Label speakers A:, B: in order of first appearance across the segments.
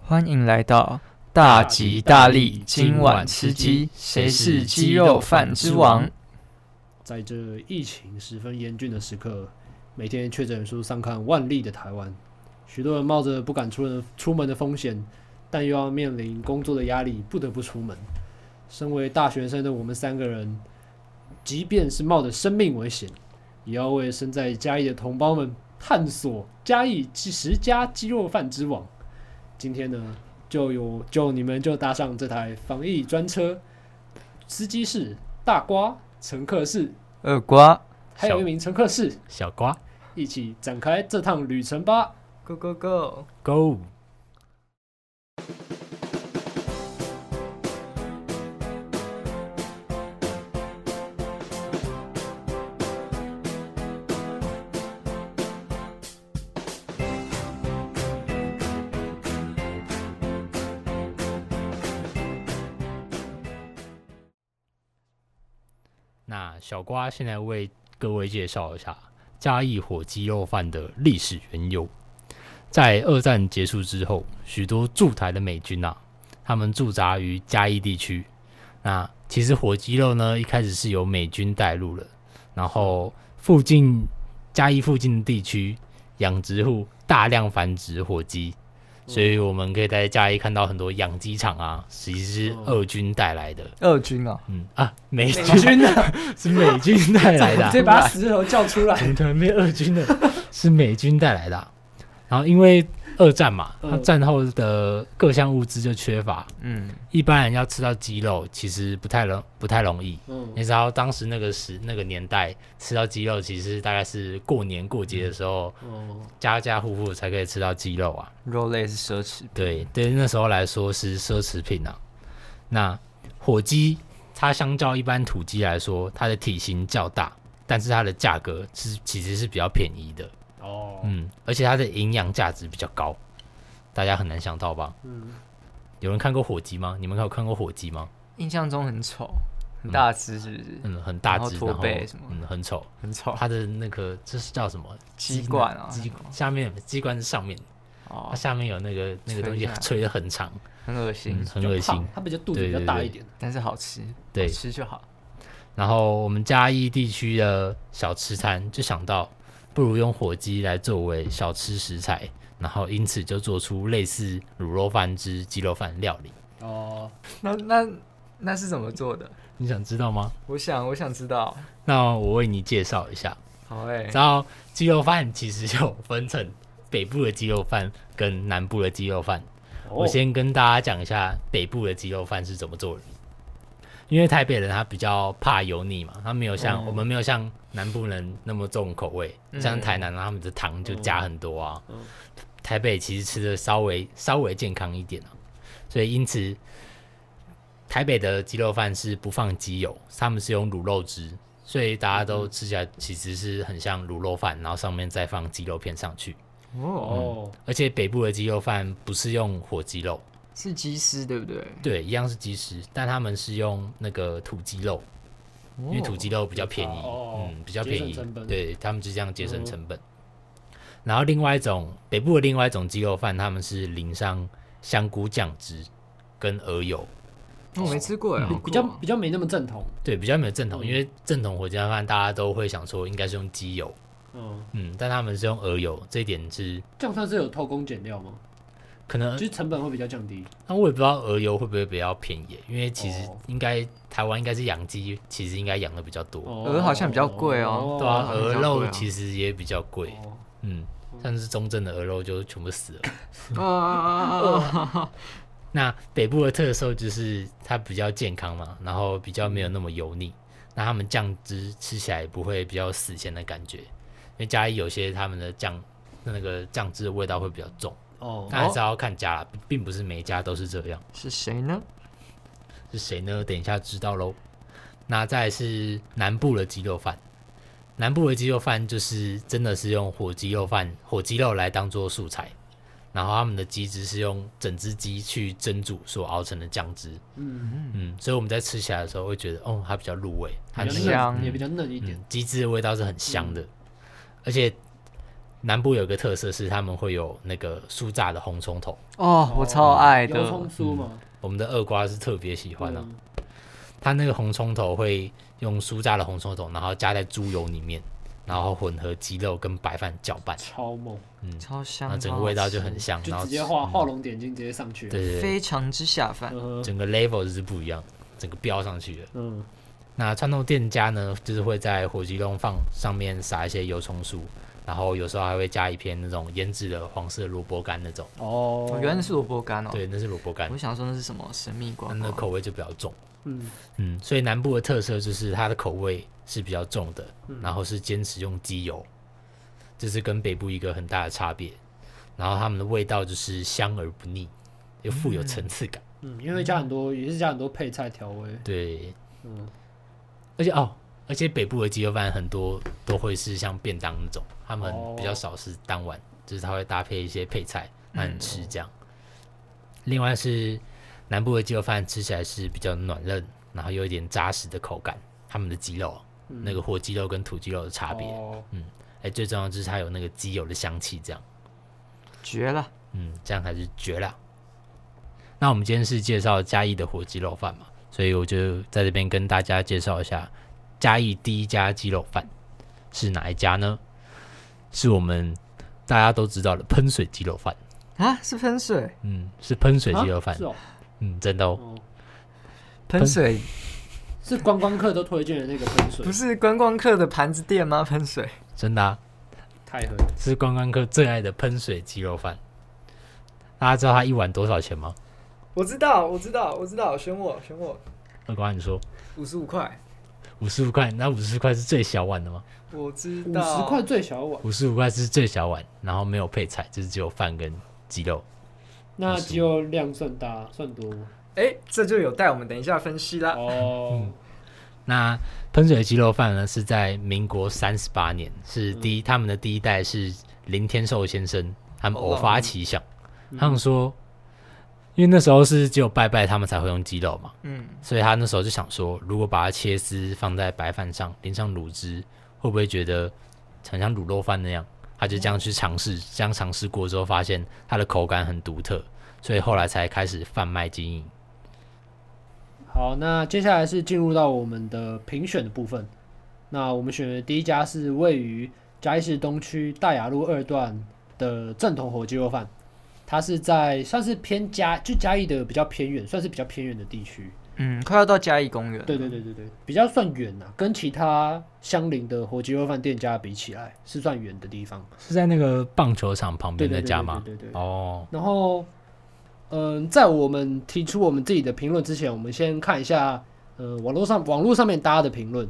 A: 欢迎来到大吉大利。今晚吃鸡，谁是鸡肉饭之王？
B: 在这疫情十分严峻的时刻，每天确诊人数上看万例的台湾，许多人冒着不敢出人出门的风险，但又要面临工作的压力，不得不出门。身为大学生的我们三个人，即便是冒着生命危险，也要为身在嘉义的同胞们探索嘉义几十家鸡肉饭之王。今天呢，就有就你们就搭上这台防疫专车，司机是大瓜，乘客是
A: 二瓜
B: 还有一名乘客是
C: 小瓜
B: 一起展开这趟旅程吧。
A: ，Go Go Go！
C: ，Go！那小瓜现在为各位介绍一下嘉义火鸡肉饭的历史缘由。在二战结束之后，许多驻台的美军啊，他们驻扎于嘉义地区。那其实火鸡肉呢，一开始是由美军带入了，然后附近嘉义附近地区养殖户大量繁殖火鸡，所以我们可以在嘉义看到很多养鸡场啊，其实是俄军带来的。
A: 二军啊，
C: 嗯啊，美军
B: 军啊，
C: 是美军带来 的、啊，
B: 直接把他石头叫出来。
C: 整团被俄军的，是美军带来的啊、然后因为二战嘛，
B: 嗯
C: 它战后的各项物资就缺乏，
A: 嗯，
C: 一般人要吃到鸡肉其实不太容不太容易。
B: 嗯
C: 你知道当时那个时那个年代吃到鸡肉，其实大概是过年过
A: 嗯
C: 节的时候，
B: 哦，
C: 家家户户才可以吃到鸡肉啊。
A: 肉类是奢侈品。
C: 对对，那时候来说是奢侈品啊。那火鸡它相较一般土鸡来说，它的体型较大，但是它的价格是其实是比较便宜的。
B: 哦，
C: 嗯，而且它的营养价值比较高，大家很难想到吧？
B: 嗯，
C: 有人看过火鸡吗？你们有看过火鸡吗？
A: 印象中很丑，很大只，是不是？
C: 嗯，很大只，
A: 然后
C: 然
A: 驼
C: 后
A: 背什么
C: 嗯，很丑。
A: 很丑。
C: 它的那个这是叫什么？
A: 鸡
C: 呢
A: 冠啊，
C: 鸡下面鸡冠是上面，它
A: 哦，
C: 下面有那个那个东西
A: 吹一下
C: 吹得很长，
A: 很恶心
C: 嗯，，很恶心
B: 胖。它比较肚子比较大一点。
A: 但是好吃，
C: 对
A: 好，吃就好。
C: 然后我们嘉义地区的小吃摊就想到，不如用火鸡来作为小吃食材，然后因此就做出类似卤肉饭之鸡肉饭料理。
B: 哦，
A: 那那那是怎么做的？
C: 你想知道吗？
A: 我想，我想知道。
C: 那我为你介绍一下。
A: 好哎
C: 然，后鸡肉饭其实有分成北部的鸡肉饭跟南部的鸡肉饭。
B: 哦
C: 我先跟大家讲一下北部的鸡肉饭是怎么做的，因为台北人他比较怕油腻嘛，他没有像、
A: 嗯
C: 我们没有像南部人那么重口味，
A: 嗯
C: 像台南啊他们的糖就加很多啊。
B: 嗯
C: 台北其实吃的稍微稍微健康一点啊，所以因此台北的鸡肉饭是不放鸡油，他们是用卤肉汁，所以大家都吃起来其实是很像卤肉饭，然后上面再放鸡肉片上去。
A: 哦，
B: 哦，
C: 而且北部的鸡肉饭不是用火鸡肉，
A: 是鸡丝对不对？
C: 对，一样是鸡丝，但他们是用那个土鸡肉，
A: 因
C: 因为土鸡肉比较便宜，
B: 哦
C: 嗯，比较便
B: 节省
C: 宜
B: 成本，嗯
C: 对他们是这样节省成本。然后另外一种北部的另外一种鸡肉饭，他们是淋上香菇酱汁跟鹅油，
A: 我没吃过哎，好
B: 比较
A: 酷哦
B: 比较没那么正统。
C: 对，比较没有正统，
B: 嗯
C: 因为正统火鸡肉饭大家都会想说应该是用鸡油，
B: 嗯，
C: 嗯，但他们是用鹅油，这一点是
B: 这样算是有偷工减料吗？
C: 可能
B: 其实成本会比较降低。
C: 那我也不知道鹅油会不会比较便宜，因为其实
B: 哦
C: 应该、台湾应该是养鸡，其实应该养的比较多，
B: 哦，
A: 鹅好像比较贵哦
C: 对啊，
A: 好像
C: 鹅
A: 比较贵
C: 肉
A: 啊
C: 其实也比较贵，
B: 哦
C: 嗯，像是中正的鹅肉就全部死了。
A: 啊啊啊啊啊啊！
C: 那北部的特色就是它比较健康嘛，然后比较没有那么油腻，那他们酱汁吃起来不会比较死咸的感觉，因为嘉义有些他们的酱那个酱汁的味道会比较重，
B: 哦，
C: 但还是要看家啦，并不是每一家都是这样。
A: 是谁呢？
C: 是谁呢？等一下知道喽。那再来是南部的鸡肉饭，南部的鸡肉饭就是真的是用火鸡肉饭、火鸡肉来当做素材，然后他们的鸡汁是用整只鸡去蒸煮所熬成的酱汁，
B: 嗯，
C: 嗯，所以我们在吃起来的时候会觉得，哦，它比较入味，它
B: 比较嗯
C: 那个
B: 嫩
A: 香
B: 也比较嫩一点
C: 嗯。鸡汁的味道是很香的，而且南部有个特色是他们会有那个酥炸的红葱头，
A: 哦，我超爱的
B: 油，葱酥嘛，
C: 我们的二瓜是特别喜欢的、啊。
B: 嗯
C: 它那个红葱头会用酥炸的红葱头，然后加在猪油里面，然后混合鸡肉跟白饭搅拌，
B: 超猛，
C: 嗯，
A: 超香，
C: 然后整
A: 超
C: 个
A: 好
C: 味道就
A: 吃
C: 很香，
B: 就
C: 然后
B: 直接画
C: 嗯
B: 画龙点睛，直接上去。
C: 对对对，
A: 非常之下饭。
B: 嗯哼
C: 整个 level 就是不一样，整个飙上去了。
B: 嗯，
C: 那传统店家呢，就是会在火鸡肉放上面撒一些油葱酥，然后有时候还会加一片那种腌制的黄色萝卜干那种，
A: 哦
B: 哦，
A: 原来是萝卜干哦。
C: 对，那是萝卜干
A: 我，想说那是什么神秘瓜
C: 那那
A: 瓜
C: 口味就比较重。
B: 嗯，
C: 嗯，所以南部的特色就是它的口味是比较重的，
B: 嗯
C: 然后是坚持用鸡油，这是跟北部一个很大的差别。然后他们的味道就是香而不腻，又富有层次感。
B: 嗯，因为加很多，也是加很多配菜调味，
C: 对，
B: 嗯，
C: 而且哦，而且北部的鸡肉饭很多都会是像便当那种，他们
B: 哦
C: 比较少是单碗，就是它会搭配一些配菜让你吃
B: 嗯
C: 这样。另外是南部的鸡肉饭吃起来是比较软嫩，然后有一点扎实的口感，他们的鸡肉。
B: 嗯
C: 那个火鸡肉跟土鸡肉的差别。哎、
B: 哦
C: 最重要就是它有那个鸡油的香气，这样，
A: 绝了，
C: 嗯，这样还是绝了。那我们今天是介绍嘉义的火鸡肉饭嘛，所以我就在这边跟大家介绍一下嘉义第一家鸡肉饭是哪一家呢？是我们大家都知道的喷水鸡肉饭，
A: 啊，是喷水，
C: 嗯，是喷水鸡肉
B: 啊
C: 饭
B: 是，哦，
C: 嗯，真的哦，
B: 哦
A: 喷水
B: 是观光客都推荐的那个喷水
A: 不，是观光客的盘子店吗？喷水
C: 真的啊，
B: 太狠，
C: 是观光客最爱的喷水鸡肉饭。大家知道它一碗多少钱吗？
A: 我知道，我知道，我知道，选我，选我，
C: 二瓜，你说。
A: 五十五块，
C: 五十五块，那五十块是最小碗的吗？
A: 我知
B: 五
A: 道，
B: 十块，最小碗，
C: 五十五块是最小碗，然后没有配菜，就是只有饭跟鸡肉。
B: 那鸡肉量算大算多吗？
A: 哎，这就有待我们等一下分析啦。
B: 哦，
C: 嗯那喷水鸡肉饭呢，是在民国三十八年，是第一、他们的第一代是林天寿先生，他们偶发奇想，他们说，因为那时候是只有拜拜他们才会用鸡肉嘛，
A: 嗯，
C: 所以他那时候就想说，如果把它切丝放在白饭上，淋上卤汁，会不会觉得很像卤肉饭那样？他就这样去尝试，这样尝试过之后，发现它的口感很独特，所以后来才开始贩卖经营。
B: 好，那接下来是进入到我们的评选的部分。那我们选的第一家是位于嘉义市东区大雅路二段的正统火鸡肉饭，它是在算是偏嘉，就嘉义的比较偏远，算是比较偏远的地区。
A: 嗯，快要到嘉义公园。
B: 对对，对对对，比较算远呐、跟其他相邻的火鸡肉饭店家比起来，是算远的地方。
C: 是在那个棒球场旁
B: 对
C: 边
B: 对
C: 的
B: 对
C: 家
B: 对
C: 吗？
B: 对对对。
C: 哦，
B: 然后，嗯、在我们提出我们自己的评论之前，我们先看一下，呃，网络上网络上面大家的评论。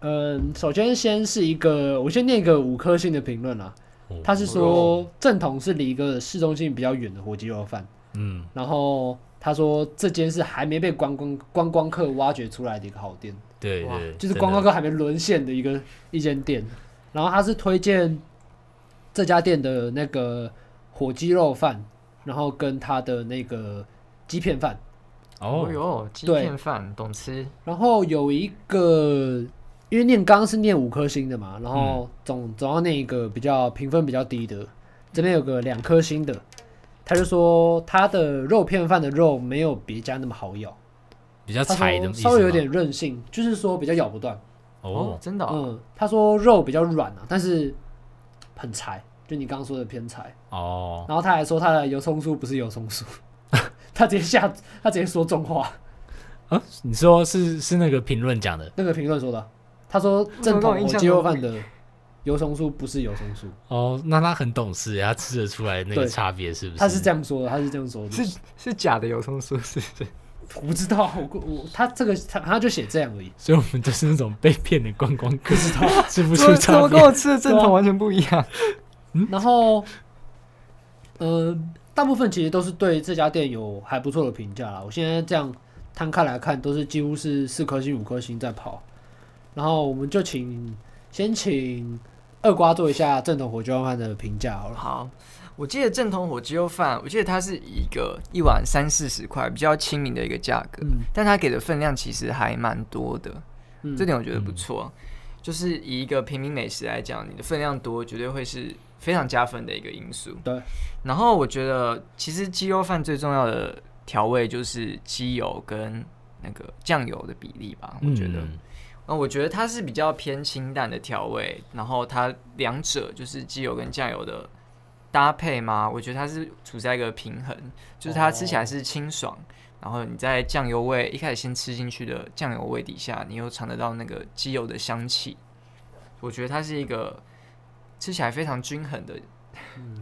B: 嗯、首先先是一个，我先念一个五颗星的评论啦。他是说正统是离一个市中心比较远的火鸡肉饭，
C: 嗯，
B: 然后他说这间是还没被观光观光客挖掘出来的一个好店。
C: 对
A: 哇
C: 对，
B: 就是
C: 真的
B: 观光客还没沦陷的一个一间店。然后他是推荐这家店的那个火鸡肉饭，然后跟他的那个鸡片饭。
A: 哦
C: 哦，
A: 哟，鸡
B: 对
A: 片饭懂吃，
B: 然后有一个，因为念刚刚是念五颗星的嘛，然
C: 嗯
B: 后总、总要念一个比较评分比较低的。这边有个两颗星的，他就说他的肉片饭的肉没有别家那么好咬，
C: 比较
B: 他
C: 柴的
B: 说
C: 意思
B: 稍微有
C: 吗
B: 点韧性，就是说比较咬不断。
A: 哦
C: 哦，，
A: 真的哦，
B: 嗯，他说肉比较软啊，但是很柴，就你刚刚说的偏柴。
C: 哦，
B: 然后他还说他的油葱酥不是油葱酥， 他直接下他直接说重话，
C: 啊，你说是是那个评论讲的
B: 那个评论说的，他说正统火鸡肉饭的油葱酥不是油葱酥，
C: 哦，那他很懂事耶，他吃得出来那个
B: 对
C: 差别是不是？
B: 他是这样说的，他是这样说的，
A: 是是假的油葱酥，是不是？
B: 我不知道，我我他这个他他就写这样而已，
C: 所以我们都是那种被骗的观光客，知道吃不
A: 不
C: 出
A: 怎
C: 差
A: 么跟
C: 别。
A: 我吃的正统完全不一样？
B: 然后，呃，大部分其实都是对这家店有还不错的评价啦。我现在这样摊开来看，都是几乎是四颗星、五颗星在跑。然后我们就请先请二瓜做一下正统火鸡肉饭的评价好了。
A: 好，我记得正统火鸡肉饭，我记得它是一个一碗三四十块，比较亲民的一个价格，
B: 嗯
A: 但它给的分量其实还蛮多的，
B: 嗯
A: 这点我觉得不
C: 嗯
A: 错。就是以一个平民美食来讲，你的分量多，绝对会是非常加分的一个因素。
B: 对，
A: 然后我觉得其实鸡肉饭最重要的调味就是鸡油跟那个酱油的比例吧，我觉得。
C: 嗯
A: 呃，我觉得它是比较偏清淡的调味，然后它两者就是鸡油跟酱油的搭配嘛，我觉得它是处在一个平衡，就是它吃起来是清爽，然后你在酱油味一开始先吃进去的酱油味底下，你又尝得到那个鸡油的香气，我觉得它是一个吃起来非常均衡的、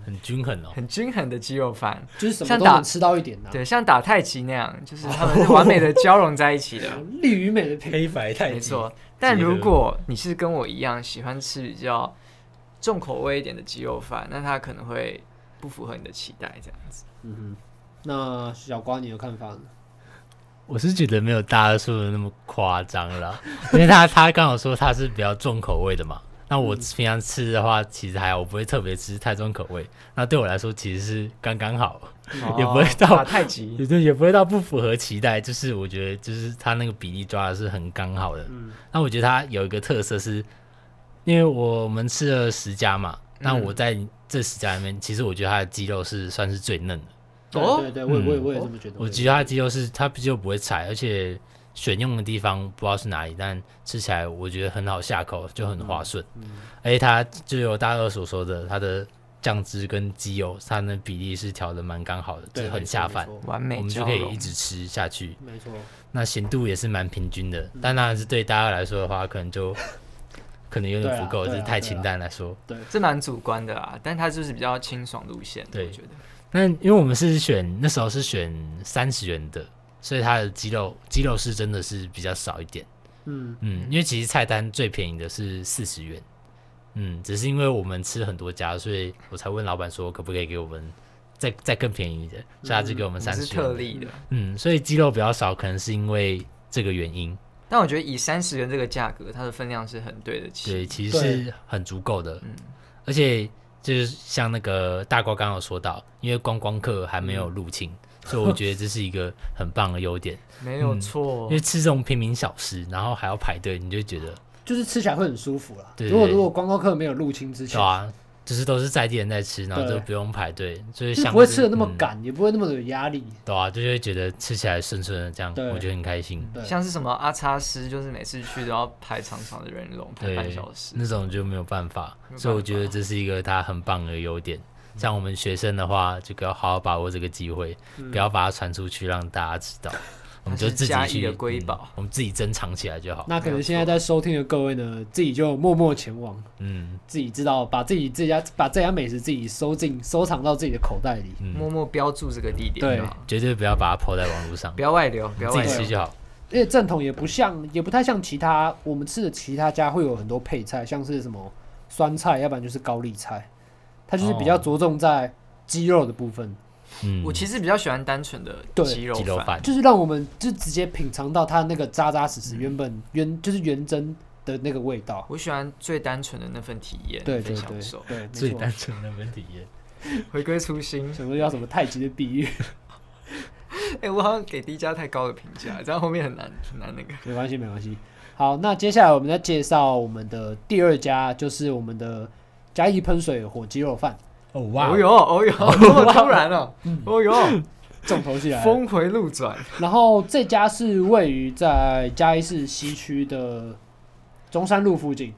C: 很均衡哦。
A: 很均衡的鸡肉饭，
B: 就是什么
A: 像
B: 都
A: 打
B: 能吃到一点呐、啊
A: 对，像打太极那样，就是它们是完美的交融在一起的。
B: 利与美的配，
C: 黑白太
A: 没错，但如果你是跟我一样喜欢吃比较重口味一点的鸡肉饭，那它可能会不符合你的期待。这样子，
B: 嗯哼。那小瓜，你的看法呢？
C: 我是觉得没有大家说的那么夸张啦， 因为他他刚好说他是比较重口味的嘛。那我平常吃的话，其实还好，我不会特别吃太重口味。那对我来说，其实是刚刚好，也不会
A: 哦
C: 到
A: 打太极。
C: 也就也不会到不符合期待。就是我觉得，就是他那个比例抓的是很刚好的。
B: 嗯
C: 那我觉得它有一个特色是，因为我们吃了十家嘛，
B: 嗯
C: 那我在这十家里面，其实我觉得它的鸡肉是算是最嫩的。
B: 对
A: 哦
B: 对对，我也我也
C: 嗯
B: 我也这么觉得。
C: 我
B: 也
C: 觉得它的鸡肉是它鸡肉不会柴，而且选用的地方不知道是哪里，但吃起来我觉得很好下口，就很滑顺。
B: 嗯
C: 而且它就有大二所说的，它的酱汁跟鸡油，它的比例是调的蛮刚好的，
B: 对
C: 就很下饭，
B: 没错
A: 完
C: 我
A: 美
C: 们就
A: 交
C: 可以
A: 融
C: 一直吃下去。
B: 没错，
C: 那咸度也是蛮平均
B: 嗯
C: 的，但当然是对大家来说的话，可 能就可能有点不够，
B: 对啊
C: 就
B: 对啊
C: 是太清淡来说。
A: 这蛮主观的啊，但它就是比较清爽路线的，
C: 对
A: 我觉得。
C: 那因为我们是选那时候是选三十元的，所以它的鸡肉鸡肉是真的是比较少一点。
B: 嗯
C: 嗯，因为其实菜单最便宜的是四十元。嗯，只是因为我们吃很多家，所以我才问老板说可不可以给我们再再更便宜一点，所以他就给我
A: 我
C: 们
A: 们
C: 三
A: 是
C: 十
A: 特
C: 元的。
A: 例的，
C: 嗯，所以鸡肉比较少，可能是因为这个原因。
A: 但我觉得以三十元这个价格，它的分量是很对得起。
C: 对，其实是很足够的。
A: 嗯
C: 而且就是像那个大瓜刚刚有说到，因为观光客还没有
B: 嗯
C: 入侵，所以我觉得这是一个很棒的 优点。
A: 没有错
B: 哦
C: 嗯因。为吃这种平民小吃，然后还要排队，你就觉得
B: 就是吃起来会很舒服啦。
C: 对
B: 如果
C: 对
B: 如果观光客没有入侵之
C: 对
B: 前，
C: 啊，就是都是在地人在吃，然后
B: 对
C: 就不用排队，所以
B: 就是
C: 像
B: 不会吃的那么
C: 嗯
B: 赶，也不会那么有压力。
C: 对啊，就会觉得吃起来顺顺的，这样
B: 对嗯
C: 我觉得很开心。
B: 对，
A: 像是什么阿叉师，就是每次去都要排长长的人龙，排
C: 对
A: 半小时。
C: 那种就没有办法，
A: 没有
C: 所以我
A: 办
C: 觉得
A: 法
C: 这是一个它很棒的优点。像我们学生的话，就要好好把握这个机会，不要把它传出去让大家知 道，我们就自己
A: 嗯它是嘉义
C: 去
A: 的瑰宝
C: 嗯我们自己珍藏起来就好。
B: 那可能现在在收听的各位呢，自己就默默前往，
C: 嗯
B: 自己知道把自己这家把这家美食自己收进收藏到自己的口袋里。
A: 默
C: 嗯，
A: 默标注这个地点，
B: 对
A: 好不好
C: 绝对不要把它抛在网络上
A: 不，要外流，不要
C: 自
A: 外
C: 己
A: 流
C: 吃。就好。
B: 而且正统也不像，也不太像其他我们吃的其他家会有很多配菜，像是什么酸菜，要不然就是高丽菜，它就是比较
C: 哦
B: 着重在鸡肉的部分，
C: 嗯，
A: 我其实比较喜欢单纯的
B: 对
A: 鸡肉
C: 鸡肉
A: 饭，
C: 饭，
B: 就是让我们就直接品尝到它那个扎扎实实原本原就是原真的那个味道。
A: 我喜欢最单纯的那份体验，
B: 对
A: 最
B: 对
A: 享
B: 对
A: 受，
B: 对，没
C: 最
B: 错
C: 单纯的问体验。
A: 回归初 心。
B: 什么叫什么太极的比喻，
A: 哎、我好像给第一家太高的评价，这样后面很难很难那个。
B: 没关系，没关系。好，那接下来我们再介绍我们的第二家，就是我们的嘉义喷水火鸡肉饭，
C: 哦嗯
A: 哦哟哦哟，这么突然哦，哦 哟，
B: 重头戏来了。
A: 峰回路 转，
B: 然后这家是位于在嘉义市西区的中山路附近，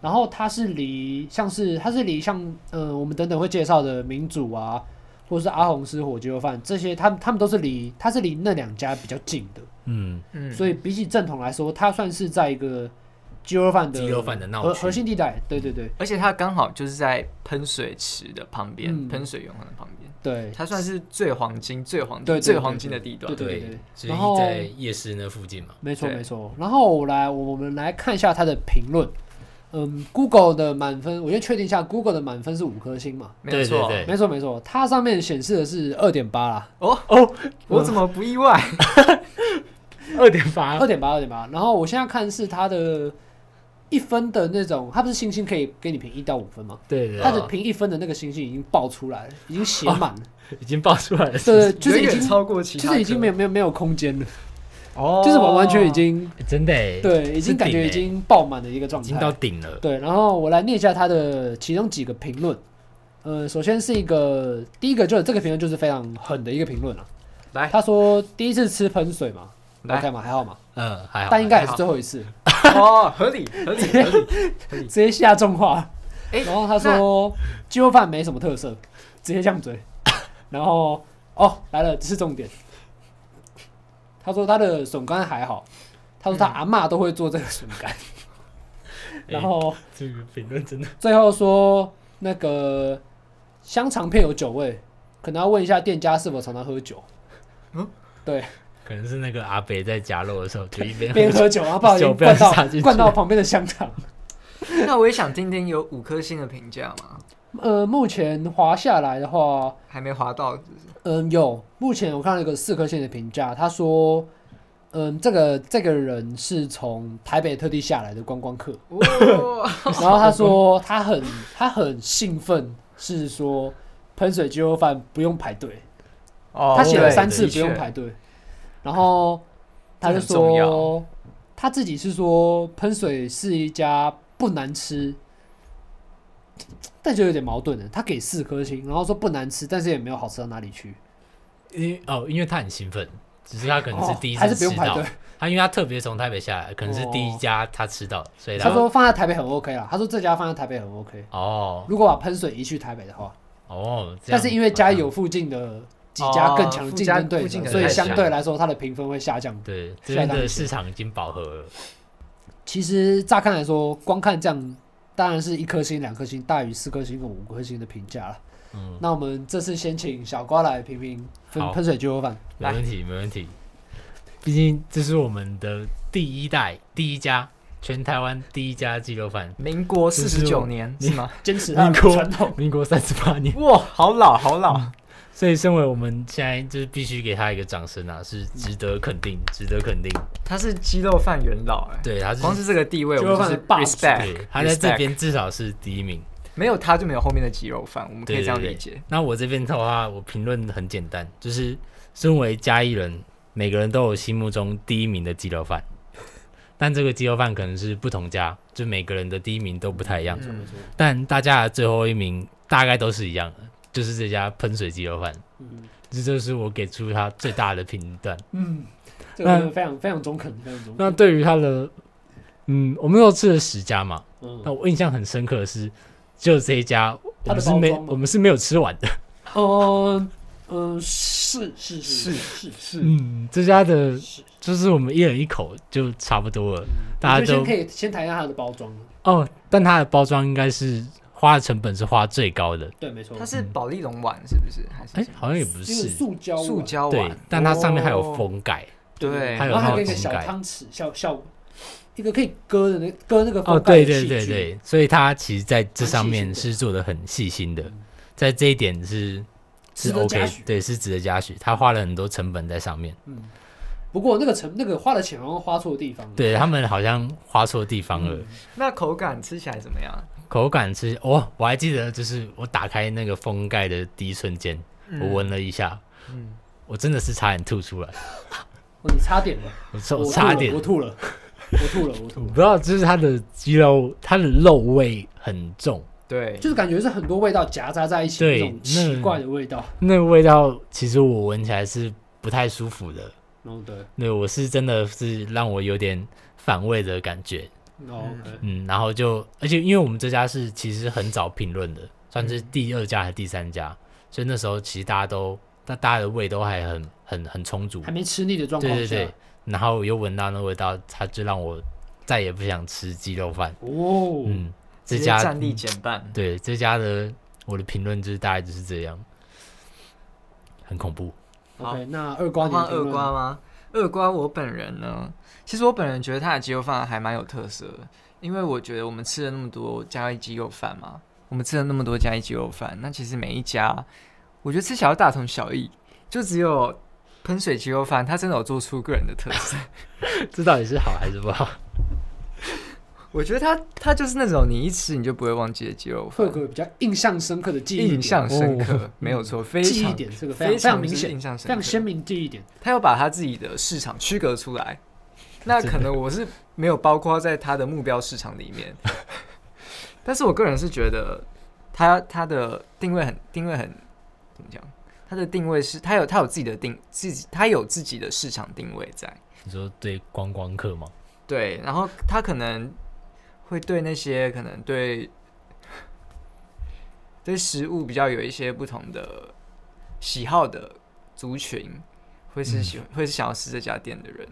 B: 然后它是离像是它是离像呃我们等等会介绍的民主啊，或者是阿红师火鸡肉饭这些，他们他们都是离它是离那两家比较近的，
C: 嗯，
A: 嗯，
B: 所以比起正统来说，它算是在一个鸡肉饭的
C: 鸡肉饭的闹
B: 核
C: 区
B: 核心地带，对对对
A: 而且它刚好就是在喷水池的旁边，
B: 嗯
A: 喷、水源的旁边，
B: 对
A: 它算是最黄金、最黄金、
B: 对对
A: 最
B: 对
A: 黄
B: 对
A: 金的地段
B: 对。对对
C: 对
B: 对，
C: 所
B: 然后
C: 以在夜市那附近嘛，
B: 没错
A: 对
B: 没错。然后我来，我们来看一下它的评论。嗯，Google 的满分，我先确定一下，Google 的满分是五颗星嘛？
A: 没有
C: 对
A: 错，
C: 对对
B: 没错没错，它上面显示的是二点八啦，
A: 我怎么不意外？
C: 二点八
B: 二点八二点八。然后我现在看是它的一分的那种，它不是星星可以给你评一到五分吗？
C: 对对啊
B: 它
A: 他
B: 的评一分的那个星星已经爆出来了，已经写满了，
C: 已经爆出来了，
B: 对对， 就是已
A: 远远
B: 经
A: 超过其他
B: 就
A: 科，
B: 是已经没有没有没有空间了，
A: 哦
B: 就是完完全已经
C: 真的欸，
B: 对，已
C: 是
B: 经感
C: 顶
B: 觉已
C: 欸
B: 经爆满的一个状
C: 已
B: 态
C: 经到。顶了。
B: 对，然后我来念一下他的其中几个评论。呃，首先是一个第一个就是这个评论就是非常狠的一个评论啊。
A: 来
B: 他说第一次吃喷水嘛
A: 来
B: ，OK 嘛，还好嘛，
C: 嗯，还好。
B: 但应该也是
A: 还好
B: 最后一次，
A: 哦，合理合理合理。
B: 直接下重话。
A: 哎
B: 然后他说鸡肉饭没什么特色，直接降嘴。然后哦来了，这是重点。他说他的笋干还好，他说他
A: 嗯
B: 阿嬷都会做这个笋干。
A: 哎
B: 然后
C: 哎这个评论真的
B: 最后说那个香肠片有酒味，可能要问一下店家是否常常喝酒，
C: 可能是那个阿北在夹肉的时候就一边
B: 边喝酒然后不小
C: 酒
B: 心
C: 不小
B: 灌
C: 心
B: 到
C: 洒进去
B: 灌到旁边的香肠。
A: 那我也想听听有五颗星的评价嘛，
B: 呃，目前滑下来的话，
A: 还没滑到，是不是
B: 嗯，有。目前我看到一个四颗星的评价，他说，嗯，这个这个人是从台北特地下来的观光客，
A: 哦，
B: 然后他说他很他很兴奋，是说喷水鸡肉饭不用排队，
A: 哦
B: 他写了
A: 对
B: 三次
A: 的
B: 不
A: 确
B: 用排队，然后他就
A: 这很重
B: 说
A: 要
B: 他自己是说喷水是一家不难吃，但就有点矛盾了。他给四颗星，然后说不难吃，但是也没有好吃到哪里去，
C: 因为哦，因为他很兴奋，只是他可能是第一
B: 哦还
C: 次
B: 是不用
C: 吃
B: 排
C: 到，
B: 队。哦
C: 他因为他特别从台北下来，可能是第一家他吃到，所以
B: 他
C: 会
B: 说放在台北很 OK 啦，他说这家放在台北很 OK。
C: 哦
B: 如果把喷水移去台北的话，
C: 哦，这样
B: 但是因为嘉义有附近的几家更强的竞争对
A: 哦附加附近
B: 手，
A: 的
B: 所以
C: 太
B: 相
C: 强
B: 对来说它的评分会下降
C: 嗯对这边
B: 下一档
C: 的市场已经饱和了，
B: 其实乍看来说，光看这样，当然是一颗星、两颗星大于四颗星跟五颗星的评价了。
C: 嗯，
B: 那我们这次先请小瓜来评评喷
C: 好
B: 喷水鸡肉饭。
C: 没问题，没问题。毕竟这是我们的第一代、第一家，全台湾第一家鸡肉饭，
A: 民国
C: 就
A: 四
C: 是
A: 十九年是 吗？
B: 坚持他的
C: 民国
B: 传统，
C: 民国三十八年。
A: 哇，好老好老，
C: 所以，身为我们现在就是必须给他一个掌声啊，是值得肯定，
A: 嗯
C: 值得肯定。
A: 他是鸡肉饭元老哎，
C: 对，他是
A: 光是这个地位，我
B: 鸡
A: 们
B: 肉
A: 就
B: 饭
A: 是
B: 的霸主
A: respect，
C: 对，他在这
A: respect
C: 边至少是第一名。
A: 没有他就没有后面的鸡肉饭，我们可以
C: 对
A: 这样
C: 对对
A: 理解。
C: 那我这边的话，我评论很简单，就是身为嘉义人，每个人都有心目中第一名的鸡肉饭， 但这个鸡肉饭可能是不同家，就每个人的第一名都不太一样，
A: 嗯
C: 但大家的最后一名大概都是一样的，就是这家喷水鸡肉饭，
B: 嗯
C: 这就是我给出他最大的评断。
B: 嗯，这
C: 那
B: 个非常非常中肯，非常中肯。
C: 那对于他的，嗯，我们都吃了十家嘛，那
B: 嗯，
C: 我印象很深刻的是，就这一家，我
B: 它的
C: 们是没
B: 包装吗
C: 我们是没有吃完的。
B: 嗯嗯，是是
A: 是
B: 是是
C: 嗯， 这家的
B: 是，嗯
C: 就是我们一人一口就差不多了，大
B: 我觉得
C: 家
B: 先
C: 都
B: 可以先谈一下它的包装。
C: 哦。但它的包装应该是花的成本是花最高的，
B: 对，没错
A: 它，是保利龙碗是不是？还是
C: 哎、好像也不
B: 因为
C: 是，
B: 塑胶碗
A: 塑，胶
C: 对
A: 碗？，
C: 但它上面还有
A: 哦
C: 封盖，
A: 对
C: 嗯还有
B: 然后还
C: 那
B: 有
C: 个
B: 一个小
C: 桶盖
B: 汤匙，小小一个可以割的那割那个
C: 哦，
B: 封盖
C: 对
B: 的
C: 对
B: 器
C: 对
B: 具
C: 对，所以它其实在这上面
B: 蛮细心
C: 是做的很细心的
B: 嗯，
C: 在这一点是是
B: 值得嘉
C: OK，
B: 许
C: 对，是值得嘉许，他花了很多成本在上面，
B: 嗯，不过那个成那个花的钱好像花错地方了。
C: 对他们好像花错地方
B: 嗯
C: 了。
A: 那口感吃起来怎么样？
C: 口感吃哦，我还记得，就是我打开那个封盖的第一瞬间，我
A: 嗯
C: 闻了一下，
A: 嗯，
C: 我真的是差点吐出来，
B: 哦，你差点了，
C: 我差
B: 我
C: 我
B: 吐
C: 差
B: 了
C: 点
B: 我，吐 了，我吐了，我吐
C: 我
B: 了，
C: 不知道，就是它的鸡肉，它的肉味很重，
A: 对，
B: 就是感觉是很多味道夹杂在一起，那
C: 对
B: 种
C: 那
B: 奇怪的味道。
C: 那个味道其实我闻起来是不太舒服的，
B: 然后对，
C: 对我是真的是让我有点反胃的感觉，
B: 然后 OK，
C: 嗯，然后就而且因为我们这家是其实很早评论的，算是第二家还是第三家，所以那时候其实大家都，但大家的胃都还很很很充足
B: 还，没吃腻的状
C: 对
B: 况
C: 对
B: 下，
C: 对，然后又闻到那味道，它就让我再也不想吃鸡肉饭。
B: 哦，
C: 嗯，这
A: 直接
C: 家
A: 战力减半。
C: 对这家的我的评论就是大概就是这样，很恐怖。
B: OK，那二瓜
A: 我
B: 你
A: 换
B: 的评
A: 二
B: 论
A: 瓜吗？二瓜，我本人呢，其实我本人觉得他的鸡肉饭还蛮有特色的，因为我觉得我们吃了那么多嘉义鸡肉饭嘛，我们吃了那么多嘉义鸡肉饭，那其实每一家，我觉得吃起来都大同小异，就只有喷水鸡肉饭，它真的有做出个人的特 色。
C: 这到底是好还是不好？
A: 我觉得它它就是那种你一吃你就不会忘记的鸡肉饭
B: 会有，个比较印象深刻的记忆点
A: 印象深刻，
C: 哦
A: 没有错，非
B: 记忆
A: 常
B: 点，这个
A: 非
B: 非常非常
A: 常
B: 明显，
A: 印象
B: 非
A: 深刻，
B: 常鲜明记忆点。
A: 他要把他自己的市场区隔出来，那可能我是 没有包括在他的目标市场里面，但是我个人是觉得它它的定位很定位很怎么讲？它的定位是它有它有自己的定自己它有自己的市场定位在。
C: 你说对观光客吗？
A: 对，然后他可能会对那些可能对对食物比较有一些不同的喜好的族群，会是喜、会是想要吃这家店的人。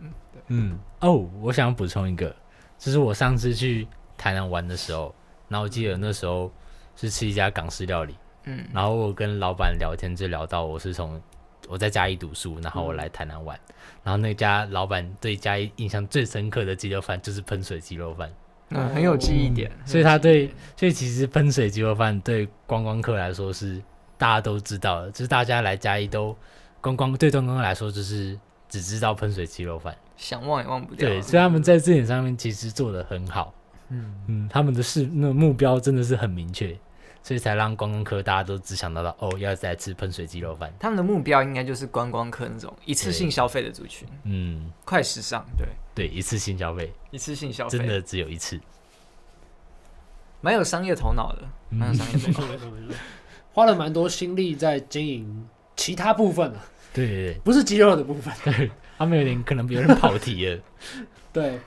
C: 嗯，哦，我想补充一个，就是我上次去台南玩的时候，然后我记得那时候是吃一家港式料理，
A: 嗯
C: 然后我跟老板聊天就聊到我是从我在嘉义读书，
A: 嗯
C: 然后我来台南玩，然后那家老板对嘉义印象最深刻的鸡肉饭就是喷水鸡肉饭，
A: 嗯，很有记忆点，
C: 所以
A: 很有
C: 他
A: 记忆
C: 对
A: 点，
C: 所以其实喷水鸡肉饭对观光客来说是大家都知道的，就是大家来嘉义都观光对观光客来说就是只知道喷水鸡肉饭。
A: 想忘也忘不掉。啊
C: 对，所以他们在这点上面其实做的很好。嗯他们的是那个目标真的是很明确，所以才让观光客大家都只想到到哦，要再吃喷水鸡肉饭。
A: 他们的目标应该就是观光客那种一次性消费的族群，
C: 嗯，
A: 快时尚，对，
C: 对，一次性消费
A: 一次性消
C: 真
A: 费，
C: 的只有一次。
A: 蛮有商业头脑的，
C: 嗯
A: 蛮有商业头
B: 没错没错没错，花了蛮多心力在经营其他部分啊，
C: 对对
B: 不是肌肉的部分。
C: 对，他们有点可能有点跑题了。
B: 对，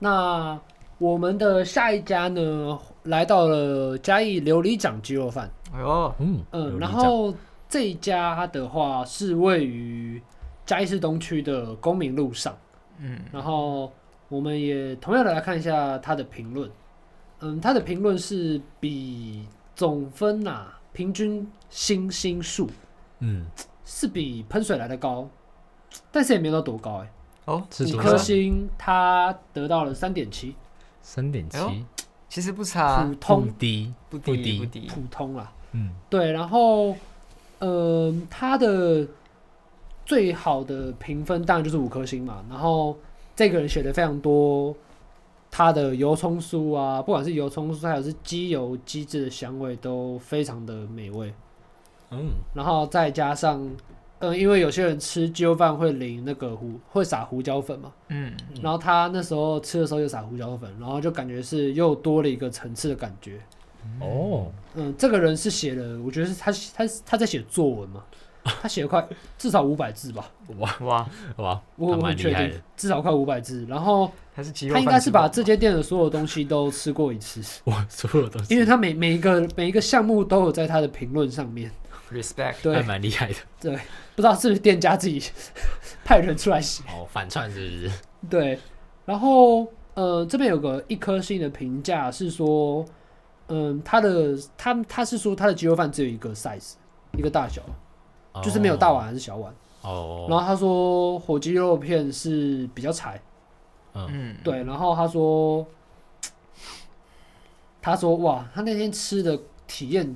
B: 那我们的下一家呢，来到了嘉义琉璃掌鸡肉饭。
A: 脑。哎呦，
C: 嗯
B: 嗯，
C: 有
B: 然
C: 理解
B: 后这一家的话是位于嘉义市东区的公民路上。
A: 嗯，
B: 然后我们也同样的来看一下他的评论。嗯，他的评论是比总分呐、平均星星数
C: 嗯，
B: 是比喷水来的高，但是也没有到多高哎、
A: 哦，
C: 是
B: 五
C: 多
B: 颗
C: 少？
B: 星他得到了三点七，
C: 三点
A: 哎呦
C: 七，
A: 其实不差
B: 普，
C: 不
B: 通
C: 低，
A: 不
C: 不
A: 低
C: 低
A: 不低，
B: 普通啊啦。
C: 嗯，
B: 对，然后，嗯，他的最好的评分当然就是五颗星嘛。然后这个人写的非常多，他的油葱酥啊，不管是油葱酥还是鸡油鸡汁的香味都非常的美味。
C: 嗯，
B: 然后再加上，嗯，因为有些人吃鸡肉饭会淋那个胡，会撒胡椒粉嘛。
A: 嗯，
B: 然后他那时候吃的时候又撒胡椒粉，然后就感觉是又多了一个层次的感觉。
C: 哦，
B: 嗯，这个人是写了，我觉得是他他他在写作文 嘛，他写了快至少五百字吧，
C: 哇
A: 哇，
C: 哇，
B: 我
C: 还
B: 我
C: 蛮
B: 确
C: 厉害
B: 定
C: 的，
B: 至少快五百字。然后
A: 还是鸡肉
B: 他
A: 饭
B: 应
A: 之王。
B: 该是把这间店的所有东西都吃过一次，
C: 哇，所有东西，
B: 因为他每每一个每一个项目都有在他的评论上面。
A: respect，
B: 对
C: 还，蛮厉害的。
B: 不知道是不是店家自己 派人出来写。
C: 哦，反串是不是？
B: 对，然后呃，这边有个一颗星的评价是说，嗯，他的他他是说他的鸡肉饭只有一个 size，一个大小，就是没有大
C: 哦
B: 碗还是小碗。
C: 哦，
B: 然后他说火鸡肉片是比较柴，
A: 嗯，
B: 对，然后他说，他说哇，他那天吃的体验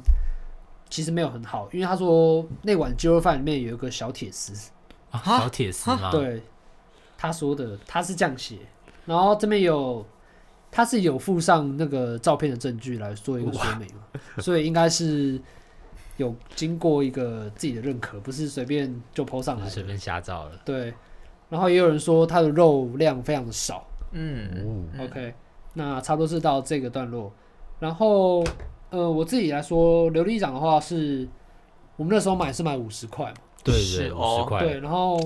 B: 其实没有很好，因为他说那碗鸡肉饭里面有一个小铁丝，
C: 啊
A: 哈
C: 小铁丝吗？，
B: 对，他说的他是这样写，然后这边有他是有附上那个照片的证据来做一个说明 嘛，所以应该是。有经过一个自己的认可，不是随便就 PO 上来
C: 就
A: 啊
B: 的
C: 是随便瞎照了。
B: 对，然后也有人说它的肉量非常的少。
A: 嗯，
C: 哦，
A: 嗯
B: OK，那差不多是到这个段落。然后，呃，我自己来说，琉璃掌的话是，我们那时候买是买五十块嘛，
C: 对
A: 是
C: 对，五
A: 哦
C: 十块，
B: 对，然后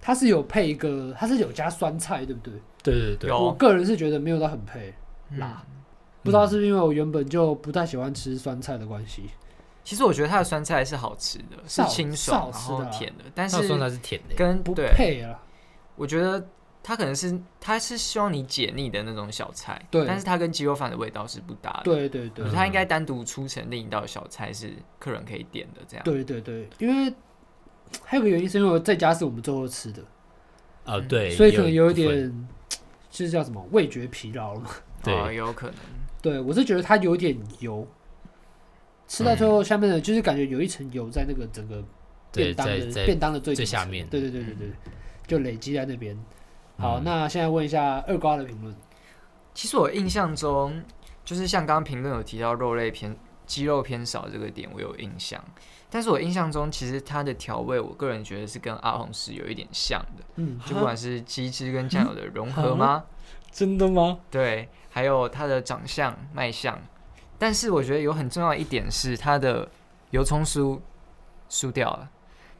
B: 它是有配一个，它是有加酸菜，对不对？
C: 对对对，
A: 有啊
B: 我个人是觉得没有到很配，辣不知道是不是因为我原本就不太喜欢吃酸菜的关系。
A: 其实我觉得它的酸菜是好吃的，
B: 是
A: 是
B: 好
A: 清爽然
B: 是好吃的
A: 后
B: 啊
A: 甜的，但
C: 那
A: 是
C: 酸菜是甜的耶，
A: 跟
B: 不
A: 对，
B: 配啊，
A: 我觉得它可能是它是希望你解腻的那种小菜，
B: 对
A: 但是它跟鸡肉饭的味道是不搭的。
B: 对对对
A: 我觉得它应该单独出成另一道小菜是客人可以点的这样。
B: 对对对，因为还有个原因是因为我在家是我们最后吃的，
A: 嗯
C: 呃，对，
B: 所以可能
C: 也
B: 有一
C: 一部分，
B: 点，就是叫什么味觉疲劳了嘛。
C: 对
A: 哦有可能。
B: 对我是觉得它有点油，吃到最后下面的就是感觉有一层油在那个整个便
C: 嗯对，
B: 当
C: 在
B: 的
C: 在
B: 便当的最
C: 最
B: 底层
C: 下面
B: 对对对对对，就累积在那边。好，
C: 嗯
B: 那现在问一下二瓜的评论，嗯
A: 其实我印象中，就是像刚刚评论有提到肉类偏肌肉偏少这个点，我有印象。但是我印象中，其实它的调味，我个人觉得是跟阿红是有一点像的，
B: 嗯，
A: 就不管是鸡汁跟酱油
B: 啊
A: 的融合吗？
C: 真的吗？
A: 对，还有它的长相卖相，但是我觉得有很重要一点是，它的油葱酥输掉了，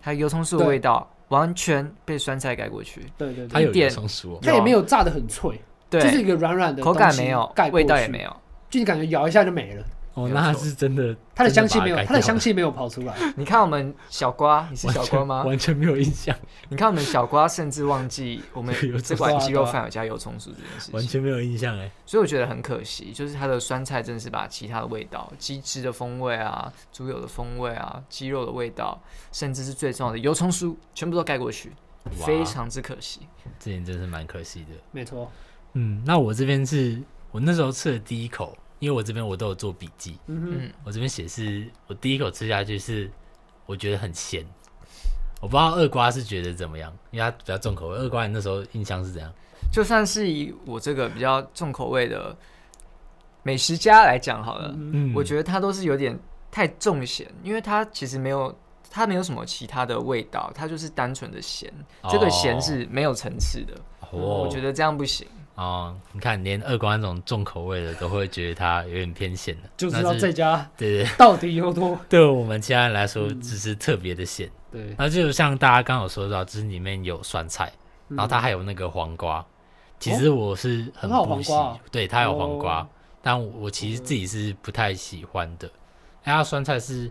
A: 它油葱酥的
B: 对
A: 味道完全被酸菜盖过去，
B: 对对
C: 它
B: 对，
C: 有
A: 一点
C: 油葱酥哦，
B: 它也没有炸的很脆，
A: 对，
B: 就是一个软软的
A: 口
B: 东
A: 感
B: 西
A: 没有
B: 盖，
A: 味道也没
B: 有，
A: 有，
B: 就你感觉咬一下就没了，
C: 哦，
A: 没有
C: 那
A: 错
C: 是真的，
B: 它的
C: 真
B: 香气
C: 把
B: 没有，
C: 盖
B: 它的
C: 掉
B: 香
C: 了
B: 气没有跑出来。
A: 你看我们小瓜，你是
C: 完
A: 小瓜
C: 全
A: 吗？
C: 完全没有印象，
A: 你看我们小瓜甚至忘记我 们
C: 有
A: 这
C: 葱
A: 碗
B: 酥啊
A: 鸡肉
B: 对啊
A: 饭有加油葱酥这件事
C: 完
A: 情，
C: 全没有印象哎。
A: 所以我觉得很可惜，就是它的酸菜真的是把其他的味道、鸡汁的风味啊、猪油的风味啊、鸡肉的味道，甚至是最重要的油葱酥，全部都盖过去，
C: 哇
A: 非常之可惜。
C: 这点真是蛮可惜的。
B: 没错，
C: 嗯，那我这边是我那时候吃的第一口，因为我这边我都有做笔记，
B: 嗯哼，
A: 嗯，
C: 我这边写是我第一口吃下去是我觉得很咸，我不知道二瓜是觉得怎么样，因为它比较重口味。二瓜你那时候印象是怎样？
A: 就算是以我这个比较重口味的美食家来讲好了，
B: 嗯
C: 嗯
A: 我觉得它都是有点太重咸，因为它其实没有它没有什么其他的味道，它就是单纯的咸。这个咸是没有层次的，
B: 嗯
C: 哦，
A: 我觉得这样不行。
C: 哦，你看连二瓜那种重口味的都会觉得它有点偏咸的，
B: 就知
C: 那
B: 道
C: 是
B: 这家
C: 对 对对，
B: 到底有多
C: 对我们其他人来说
B: 嗯
C: 只是特别的咸。
B: 对，
C: 然后就像大家刚刚有说到，就是里面有酸菜，
B: 嗯哦
C: 然后它还有那个黄瓜。其实我是很
B: 它有
C: 不
B: 黄
C: 喜，
B: 瓜啊
C: 对，它有黄瓜，
B: 哦
C: 但我我其实自己是不太喜欢的。哎，它酸菜是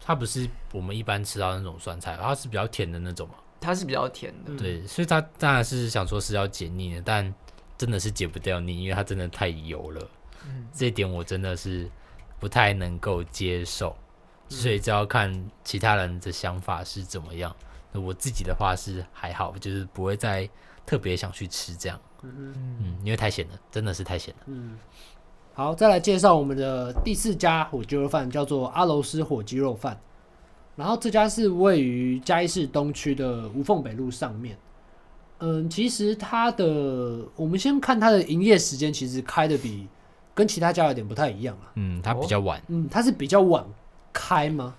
C: 它不是我们一般吃到的那种酸菜，它是比较甜的那种嘛。
A: 它是比较甜的，
B: 嗯
C: 对，所以它当然是想说是要解腻的，但真的是解不掉腻，因为它真的太油了。
A: 嗯
C: 这一点我真的是不太能够接受，
B: 嗯
C: 所以就要看其他人的想法是怎么样。那我自己的话是还好，就是不会再特别想去吃这样，
B: 嗯
A: 嗯，
C: 嗯，因为太咸了，真的是太咸了
B: 哼。嗯，好，再来介绍我们的第四家火鸡肉饭，叫做阿楼斯火鸡肉饭。然后这家是位于嘉义市东区的无缝北路上面。嗯，其实它的，我们先看它的营业时间，其实开的比跟其他家有点不太一样啊。
C: 嗯，它比较晚，
B: 嗯，它是比较晚开吗？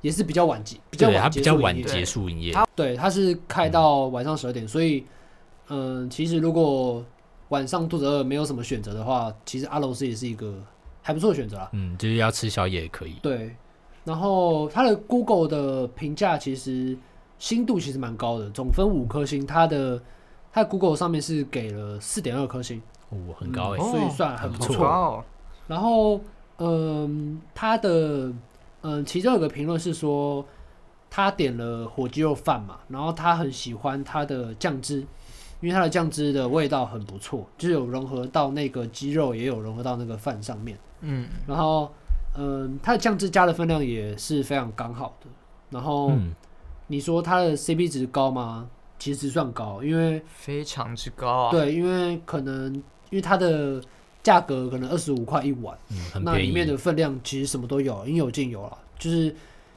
B: 也是比较晚结，比较
C: 对，它
B: 晚
C: 比
B: 结
C: 较
B: 束营
C: 晚
B: 业。
C: 结束营业
A: 它，
B: 对，它是开到晚上十二点，所以，嗯，其实如果晚上肚子饿没有什么选择的话，其实阿楼斯也是一个还不错的选择啦。
C: 嗯，就是要吃宵夜也可以。
B: 对，然后它的 Google 的评价其实星度其实蛮高的，总分五颗星，它的它的 Google 上面是给了四点二颗星，嗯
C: 哦，很高哎、
A: 哦
B: 所以算很
C: 很
B: 不
C: 不
A: 好
B: 错。
A: 高哦，
B: 然后，嗯，他的嗯，其中有个评论是说，他点了火鸡肉饭嘛，然后他很喜欢它的酱汁，因为它的酱汁的味道很不错，就是有融合到那个鸡肉，也有融合到那个饭上面。
A: 嗯，
B: 然后，嗯，它的酱汁加的分量也是非常刚好的。然后
C: 嗯，
B: 你说它的 CP 值高吗？其实算高，因为
A: 非常之高啊。
B: 对，因为可能因为它的价格可能二十五块一碗。
C: 嗯，很
B: 那
C: 便
B: 里面
C: 宜。
B: 的分量其实什么都有，应有尽有了，就是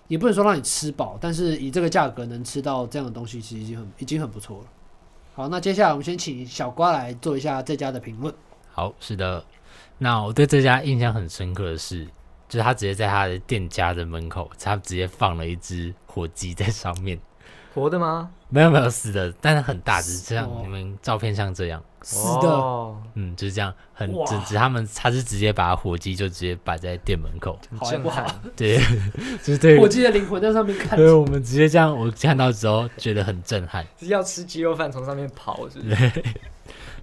B: 也不能说让你吃饱，但是以这个价格能吃到这样的东西，其实已经很已经很不错了。好，那接下来我们先请小瓜来做一下这家的评论。
C: 好，是的。那我对这家印象很深刻的是，就是他直接在他的店家的门口，他直接放了一只火鸡在上面。
A: 活的吗？
C: 没有没有死的，但是很大只，这样
B: 哦
C: 你们照片像这样，
B: 是的，
A: 哦
C: 嗯，就是这样，很
B: 哇
C: 整只。他们他是直接把火鸡就直接摆在店门口，
A: 很
B: 好也
A: 震
B: 不好
A: 撼。
C: 对， 就是对
B: 我，记得灵魂在上面看
C: 对，我们直接这样，我看到之后觉得很震撼。
A: 是要吃鸡肉饭从上面跑，是不是？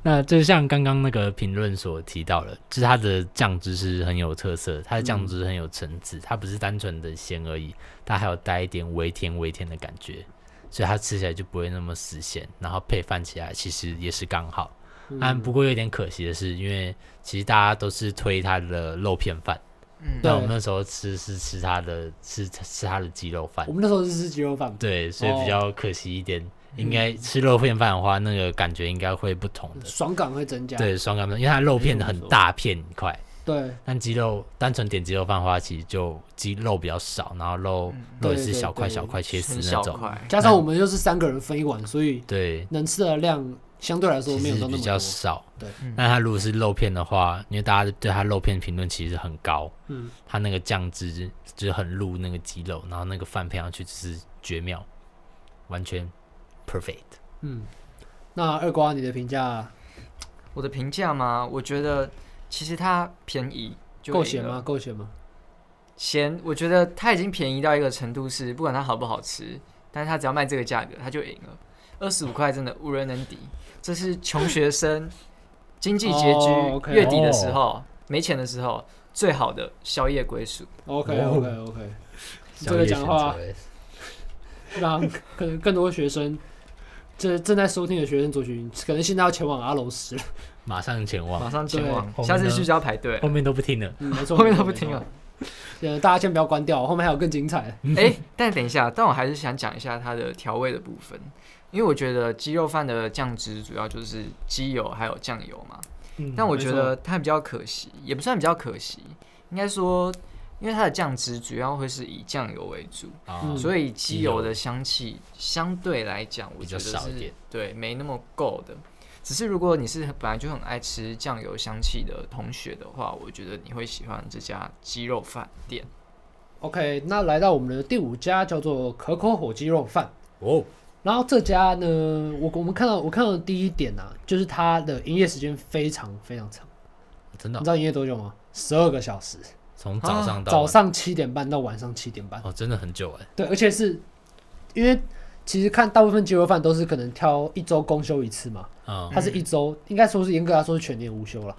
C: 那就像刚刚那个评论所提到了，就是它的酱汁是很有特色，它的酱汁很有层次，它不是单纯的咸而已，它还有带一点微甜微甜的感觉，所以它吃起来就不会那么死咸，然后配饭起来其实也是刚好。
B: 嗯
C: 但不过有点可惜的是，因为其实大家都是推它的肉片饭，
A: 嗯，
B: 对
C: 那我们那时候吃是吃它的吃吃它的鸡肉饭
B: 我，们那时候是吃鸡肉饭嘛，
C: 对，所以
B: 哦
C: 比较可惜一点。应该吃肉片饭的话，那个感觉应该会不同的。
B: 爽感会增加。
C: 对，双干面，因为它肉片很大片一块，
B: 对
C: 但鸡肉单纯点鸡肉饭的话，其实就鸡肉比较少，然后肉肉也
B: 嗯对
C: 是
B: 对
C: 小块
B: 对
C: 小块切丝
A: 很
C: 那
A: 小
C: 种，
A: 块，
B: 加上我们又是三个人分一碗，所以
C: 对，
B: 能吃的量相对来说
C: 其
B: 没有
C: 实
B: 到那
C: 比
B: 么
C: 较
B: 多。
C: 少。
B: 对
A: 嗯
C: 那它如果是肉片的话，因为大家对它肉片评论其实很高，
B: 嗯，
C: 它那个酱汁就是很入那个鸡肉，然后那个饭配上去就是绝妙，完全 perfect。
B: 嗯，那二瓜你的评价？
A: 我的评价吗？我觉得其实它便宜，就
B: 够
A: 赢
B: 咸
A: 了
B: 吗？？够咸吗？
A: 咸，我觉得它已经便宜到一个程度是，不管它好不好吃，但是它只要卖这个价格，它就赢了。二十五块真的无人能敌，这是穷学生经济拮据、
B: 哦，OK，
A: 月底的
C: 哦
A: 时候、没钱的时候最好的宵夜归宿。
B: OK
C: 哦
B: OK OK，这个讲话
C: 小野选择
B: 让可能更多学生，这正在收听的学生族群，可能现在要前往阿楼斯了。
C: 马上前往，
A: 马上前往，
C: 对
A: 下
C: 后面
A: 次
C: 呢
A: 去就要排队
C: 后。面都不听了。
B: 嗯，没 错，
A: 后面
B: 没
A: 都
B: 错
A: 不
B: 没
A: 听
B: 错嗯
A: 了。
B: 呃，大家先不要关掉，后面还有更精彩的。
A: 哎、但等一下，但我还是想讲一下它的调味的部分，因为我觉得鸡肉饭的酱汁主要就是鸡油还有酱油嘛。
C: 嗯
A: 但我
B: 没
A: 觉
B: 错
A: 得它比较可惜，也不算比较可惜，应该说，因为它的酱汁主要会是以酱油为主，
C: 啊
B: 嗯，
A: 所以鸡
C: 鸡
A: 油
C: 油
A: 的香气相对来讲，我
C: 比
A: 觉
C: 较
A: 得
C: 少一
A: 是
C: 点
A: 对没那么够的。只是如果你是本来就很爱吃酱油香气的同学的话，我觉得你会喜欢这家鸡肉饭 店。
B: OK，那来到我们的第五家叫做可口火鸡肉饭。
C: 哦，
B: 然后这家呢，我我们看到我看到的第一点啊，就是它的营业时间非常非常长。
C: 真的
B: 你
C: 哦
B: 知道营业多久吗？十二个小时，
C: 从早上到
B: 早
C: 晚
B: 上七点半到晚上七点半。
C: 哦，真的很久哎，
B: 对，而且是因为其实看大部分鸡肉饭都是可能挑一周公休一次嘛，
C: 嗯，
B: 它是一周，应该说是严格来说是全年无休了。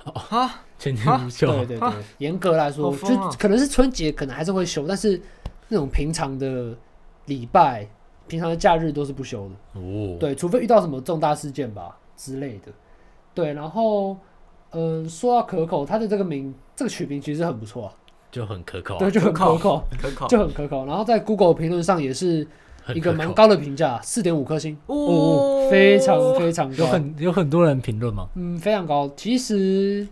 C: 全年无休
B: 对，对对，严格来说，
A: 啊好
B: 就
A: 疯啊
B: 可能是春节可能还是会休，但是那种平常的礼拜、平常的假日都是不休的。
C: 哦，
B: 对，除非遇到什么重大事件吧之类的。对，然后，嗯，说到可口，它的这个名，这个取名其实很不错、啊，
C: 就很可口啊，
B: 对，就很可
A: 可
B: 口，
A: 可口
B: 就很可口。然后在 Google 评论上也是
C: 很
B: 一个
C: 可
B: 蛮
C: 口
B: 高的评价，四点五颗星，哦，非常非常
C: 有
B: 高，
C: 很有很多人评论吗？
B: 嗯，非常高。其实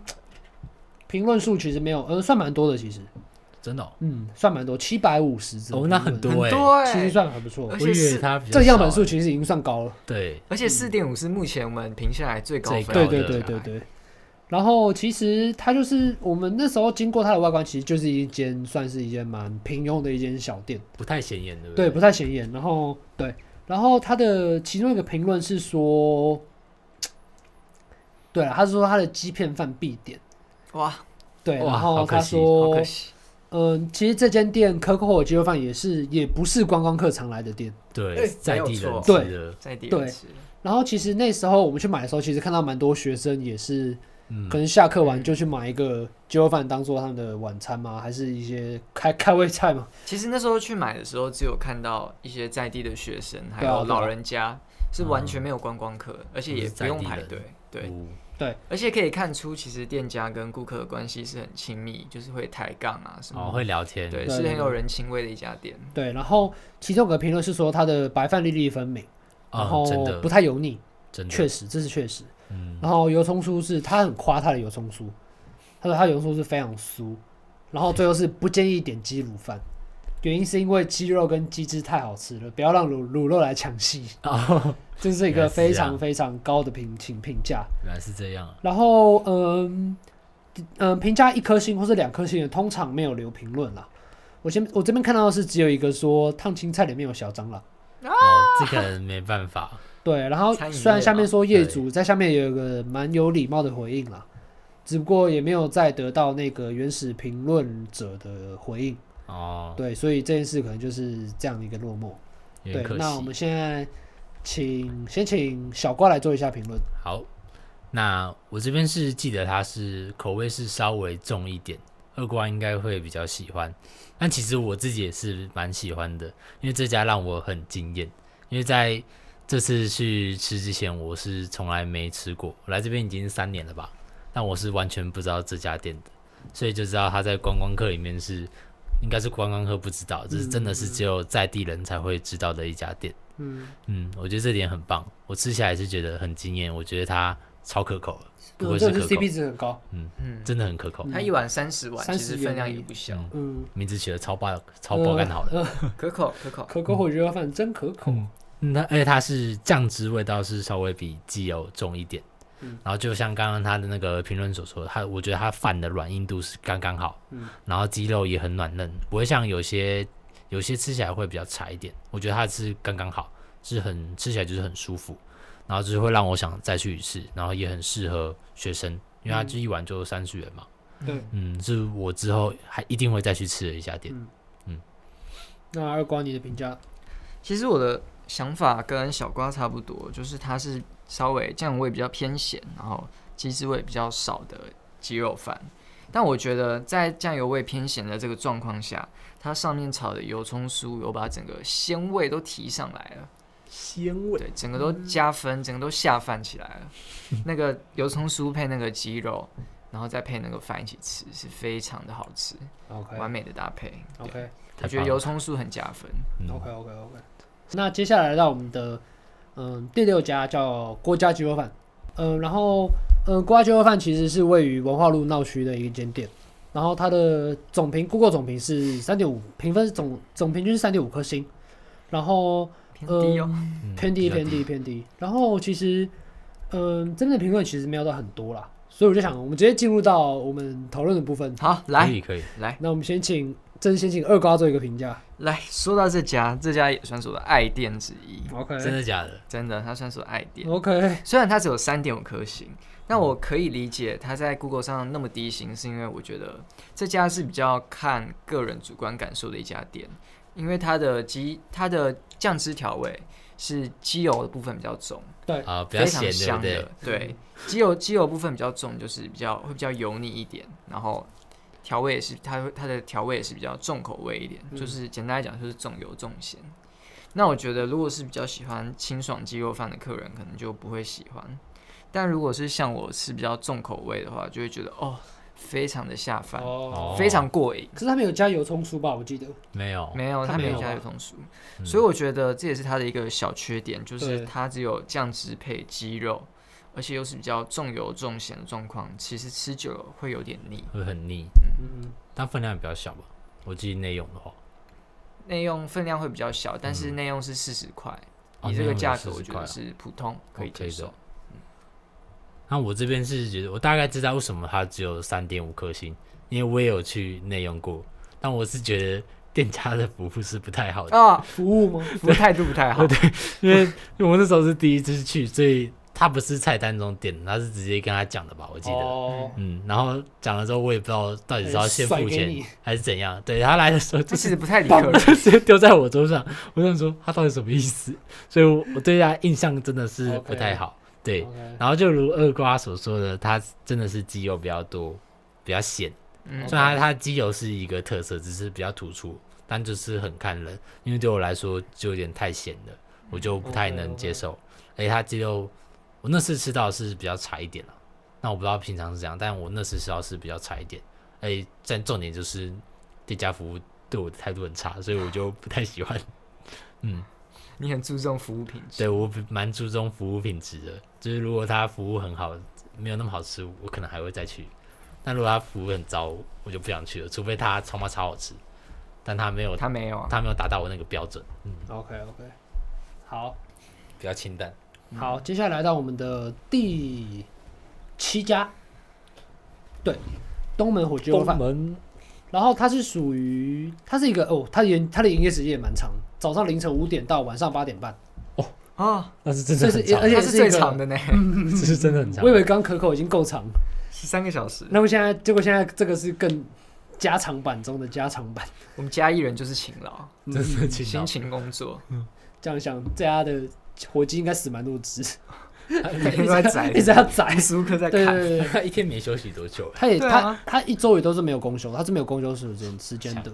B: 评论数其实没有，呃，算蛮多的，其实，
C: 真的哦，
B: 嗯，算蛮多，七百五十则，
C: 哦那很
A: 很
C: 多哎，
A: 多哎、
B: 其实算还不错
A: 而。
C: 我
A: 且
C: 以为
A: 是
C: 他比较
B: 这个样本
C: 少
B: 数
C: 哎
B: 其实已经算高了。
C: 对，
A: 而且四点五是目前我们评下来最高
C: 最
A: 分
C: 高
A: 的，
B: 对
C: 了啊
B: 对
C: 解
B: 对对对。然后其实它就是我们那时候经过它的外观，其实就是一间算是一间蛮平庸的一间小店，
C: 不太显眼，对不
B: 对，
C: 对？
B: 不太显眼。然后对，然后它的其中一个评论是说，对了，他是说他的鸡片饭必点，
A: 哇，
B: 对，
C: 哇
B: 然后
C: 好可
B: 他
C: 惜
A: 好
B: 说
A: 可，惜，
B: 嗯，其实这间店可口火鸡肉饭也是也不是观光客常来的店，
A: 哎
C: 对，在地
A: 没有
C: 人
A: 错
C: 吃的，
A: 在第
B: 对
A: 二次，
B: 然后其实那时候我们去买的时候，其实看到蛮多学生也是
C: 嗯
B: 可，能下课完就去买一个鸡肉饭当做他们的晚餐吗？还是一些开开胃菜吗？
A: 其实那时候去买的时候，只有看到一些在地的学生，还
B: 对啊
A: 有
B: 对啊
A: 老人家，是完全没有观光客，而且也不用排队。对，
C: 哦
B: 嗯
A: 而且可以看出，其实店家跟顾客的关系是很亲密，就是会抬杠啊什
C: 哦
A: 么。
C: 会聊天，
A: 对，
B: 对
A: 是
B: 对
A: 很有人情味的一家店。
B: 对，然后其中有个评论是说它的白饭粒粒分明，然
C: 啊，
B: 后
C: 真
B: 不
C: 的
B: 太油腻，
C: 真
B: 确
C: 的，
B: 实这是确实。
C: 嗯，
B: 然后油葱酥是他很夸他的油葱酥，他说他油葱酥是非常酥，然后最后是不建议点鸡卤饭。原因是因为鸡肉跟鸡汁太好吃了，不要让卤卤肉来抢戏，
C: 哦，
B: 这是一
C: 原
B: 个
C: 来是
B: 非
C: 这
B: 常
C: 样
B: 非常高的评请评价。
C: 原来是这 样啊，
B: 然后嗯嗯，评价一颗星或是两颗星的，通常没有留评论啦。我先我这边看到的是只有一个说烫青菜里面有小蟑螂，
C: 哦，这个人没办法，
B: 对。然后
A: 餐饮
B: 虽然
A: 业
B: 下
A: 嘛
B: 面说业
C: 对
B: 主在下面也有个蛮有礼貌的回应啦，只不过也没有再得到那个原始评论者的回应，
C: 哦，
B: 对。所以这件事可能就是这样的一个落寞。
C: 有
B: 对
C: 点，可
B: 那我
C: 惜
B: 们。现在请先请小瓜来做一下评论。
C: 好，那我这边是记得它是口味是稍微重一点，二瓜应该会比较喜欢。但其实我自己也是蛮喜欢的，因为这家让我很惊艳。因为在这次去吃之前，我是从来没吃过，我来这边已经三年了吧，但我是完全不知道这家店的，所以就知道它在观光客里面是应该是观光客不知道，这是真的是只有在地人才会知道的一家店。
B: 嗯，
C: 嗯，我觉得这点很棒，我吃起来是觉得很惊艳，我觉得它超可口了，
B: 嗯
C: 不愧
B: 这
C: 是
B: 个
C: 可
B: 是
C: 口，
B: CP 值很高。
A: 嗯，
C: 真的很可口
B: 嗯。
A: 它一碗三十碗，
B: 30
A: 其实分量
B: 元而已
A: 也不小。
C: 嗯
B: 嗯，呃
C: 名字取得超爆，超爆肝好了。
A: 可口可口，
B: 可口火鸡肉饭真可口。
C: 嗯，那而且它是酱汁味道是稍微比鸡油重一点，
B: 嗯
C: 然后就像刚刚他的那个评论所说，他我觉得它饭的软硬度是刚刚好，
B: 嗯
C: 然后鸡肉也很软嫩，不会像有些有些吃起来会比较柴一点，我觉得它是刚刚好，是很吃起来就是很舒服，然后
A: 嗯
C: 就是会让我想再去一次，然后也很适合学生，因为它就一碗就三十元嘛，
B: 对，
C: 嗯，是我之后还一定会再去吃的一家
A: 嗯
C: 店。
B: 那二瓜你的评价？
A: 其实我的想法跟小瓜差不多，就是它是稍微酱味比较偏咸，然后鸡汁味比较少的鸡肉饭。但我觉得在酱油味偏咸的这个状况下，它上面炒的油葱酥有把整个鲜味都提上来了，
B: 鲜味，
A: 对，整个都加分，整个都下饭起来了。那个油葱酥配那个鸡肉，然后再配那个饭一起吃，是非常的好吃，
B: OK
A: 完美的搭配。对
B: OK
A: 我觉得油葱酥很加分。
C: 嗯
B: OK OK OK。那接下来到我们的嗯第六家叫郭家鸡肉饭，嗯，然后嗯郭家鸡肉饭其实是位于文化路闹区的一间店，然后它的总评 Google 总评是三点五，评分是总总平均是三点五颗星，然后
A: 偏低哦，
C: 嗯
B: 偏低
C: 比较
B: 偏低偏低，然后其实嗯真的评论其实没有到很多啦，所以我就想我们直接进入到我们讨论的部分，
A: 好，
C: 可
A: 来
C: 以可以，
A: 来
B: 那我们先请正先请二瓜做一个评价
A: 来，说到这家，这家也算是我的爱店之一，
B: ，OK
C: 真的假的？
A: 真的，它算是我的爱店。
B: OK
A: 虽然它只有三点五颗星，但我可以理解它在 Google 上那么低星，是因为我觉得这家是比较看个人主观感受的一家店，因为它的鸡它的酱汁调味是鸡油的部分比较重，
C: 啊，比较
A: 非常
C: 咸，对
A: 香
C: 不对
A: 的？，对，鸡油鸡油部分比较重，就是比较会比较油腻一点，然后调味也是它会它的调味也是比较重口味一点，
B: 嗯
A: 就是简单来讲就是重油重咸。那我觉得如果是比较喜欢清爽鸡肉饭的客人，可能就不会喜欢。但如果是像我吃比较重口味的话，就会觉得哦，非常的下饭，
B: 哦
A: 非常过瘾。
B: 可是他们有加油葱酥吧？我记得。
C: 没有，
A: 没有，
B: 它
A: 它
B: 没
A: 没有
B: 有
A: 加
B: 啊
A: 油葱酥，
C: 嗯
A: 所以我觉得这也是它的一个小缺点，就是
B: 对
A: 它只有酱汁配鸡肉，而且又是比较重油重咸的状况，其实吃久了会有点腻。
C: 会很腻，
B: 嗯，
C: 但分量也比较小吧。我记得内用的话，
A: 内用分量会比较小，但是内用是四十块，
C: 哦
A: 以
C: 内
A: 这个
C: 用
A: 价
C: 是
A: 格我
C: 40
A: 觉
C: 块
A: 得
C: 啊
A: 是普通可以
C: OK
A: 接
C: 的
A: 受。
C: 那我这边是觉得，我大概知道为什么它只有三点五颗星，因为我也有去内用过，但我是觉得店家的服务是不太好的，
A: 啊，
B: 服务吗？
A: 服务态度不太好，
C: 因为因为我那时候是第一次去，所以他不是菜单中点，他是直接跟他讲的吧，我记得。
B: 哦，
C: 嗯，然后讲了之后，我也不知道到底是要先
B: 哎
C: 付
B: 甩给
C: 钱
B: 你
C: 还是怎样。对他来的时候，就
A: 这其
C: 是
A: 实不太理客人。
C: 直接丢在我桌上，我想说他到底什么意思，所以我我对他印象真的是
B: OK
C: 不太好。对，
B: OK
C: 然后就如二瓜所说的，他真的是鸡油比较多，比较咸，
A: 嗯，
C: 虽然它它鸡油是一个特色，只是比较突出，但就是很看人，因为对我来说就有点太咸了，我就不太能接受。而且它鸡肉，我那次吃到是比较柴一点了、那我不知道平常是怎样，但我那次吃到是比较柴一点。而且但重点就是店家服务对我的态度很差，所以我就不太喜欢。嗯，
A: 你很注重服务品质。
C: 对我比蛮注重服务品质的，就是如果他服务很好，没有那么好吃，我可能还会再去。但如果他服务很糟，我就不想去了，除非他超妈超好吃，但他没有，
A: 他没有啊，
C: 他没有达到我那个标准，嗯
B: OK OK，好
C: 比较清淡。
B: 好，接下来到我们的第七家，对，东门火鸡肉饭。
C: 门
B: 然后它是属于，它是一个哦，它的营它的营业时间也蛮长，早上凌晨五点到晚上八点半，
A: 啊，
C: 那是呃真
B: 的很长而且
A: 它
B: 是
A: 是
B: 一
A: 最
B: 个
A: 长的呢，
C: 这是真的很长
B: 我以为刚可口已经够长，
A: 十三个小时。
B: 那么现在结果现在这个是更加长版中的加长版，嗯
A: 我们嘉义人就是勤劳，
C: 真的清
A: 辛
C: 淡。
A: 勤工作，
B: 这样想这家的火鸡应该死蛮多只，
A: 每天都在宰
B: 一，直要宰，
A: 无时无刻在
B: 对对
A: 砍。
B: 对 对，
C: 他一天没休息多久？
B: 他也、
A: 对
B: 他
A: 啊
B: 他一周也都是没有公休，他是没有公休时间时间的。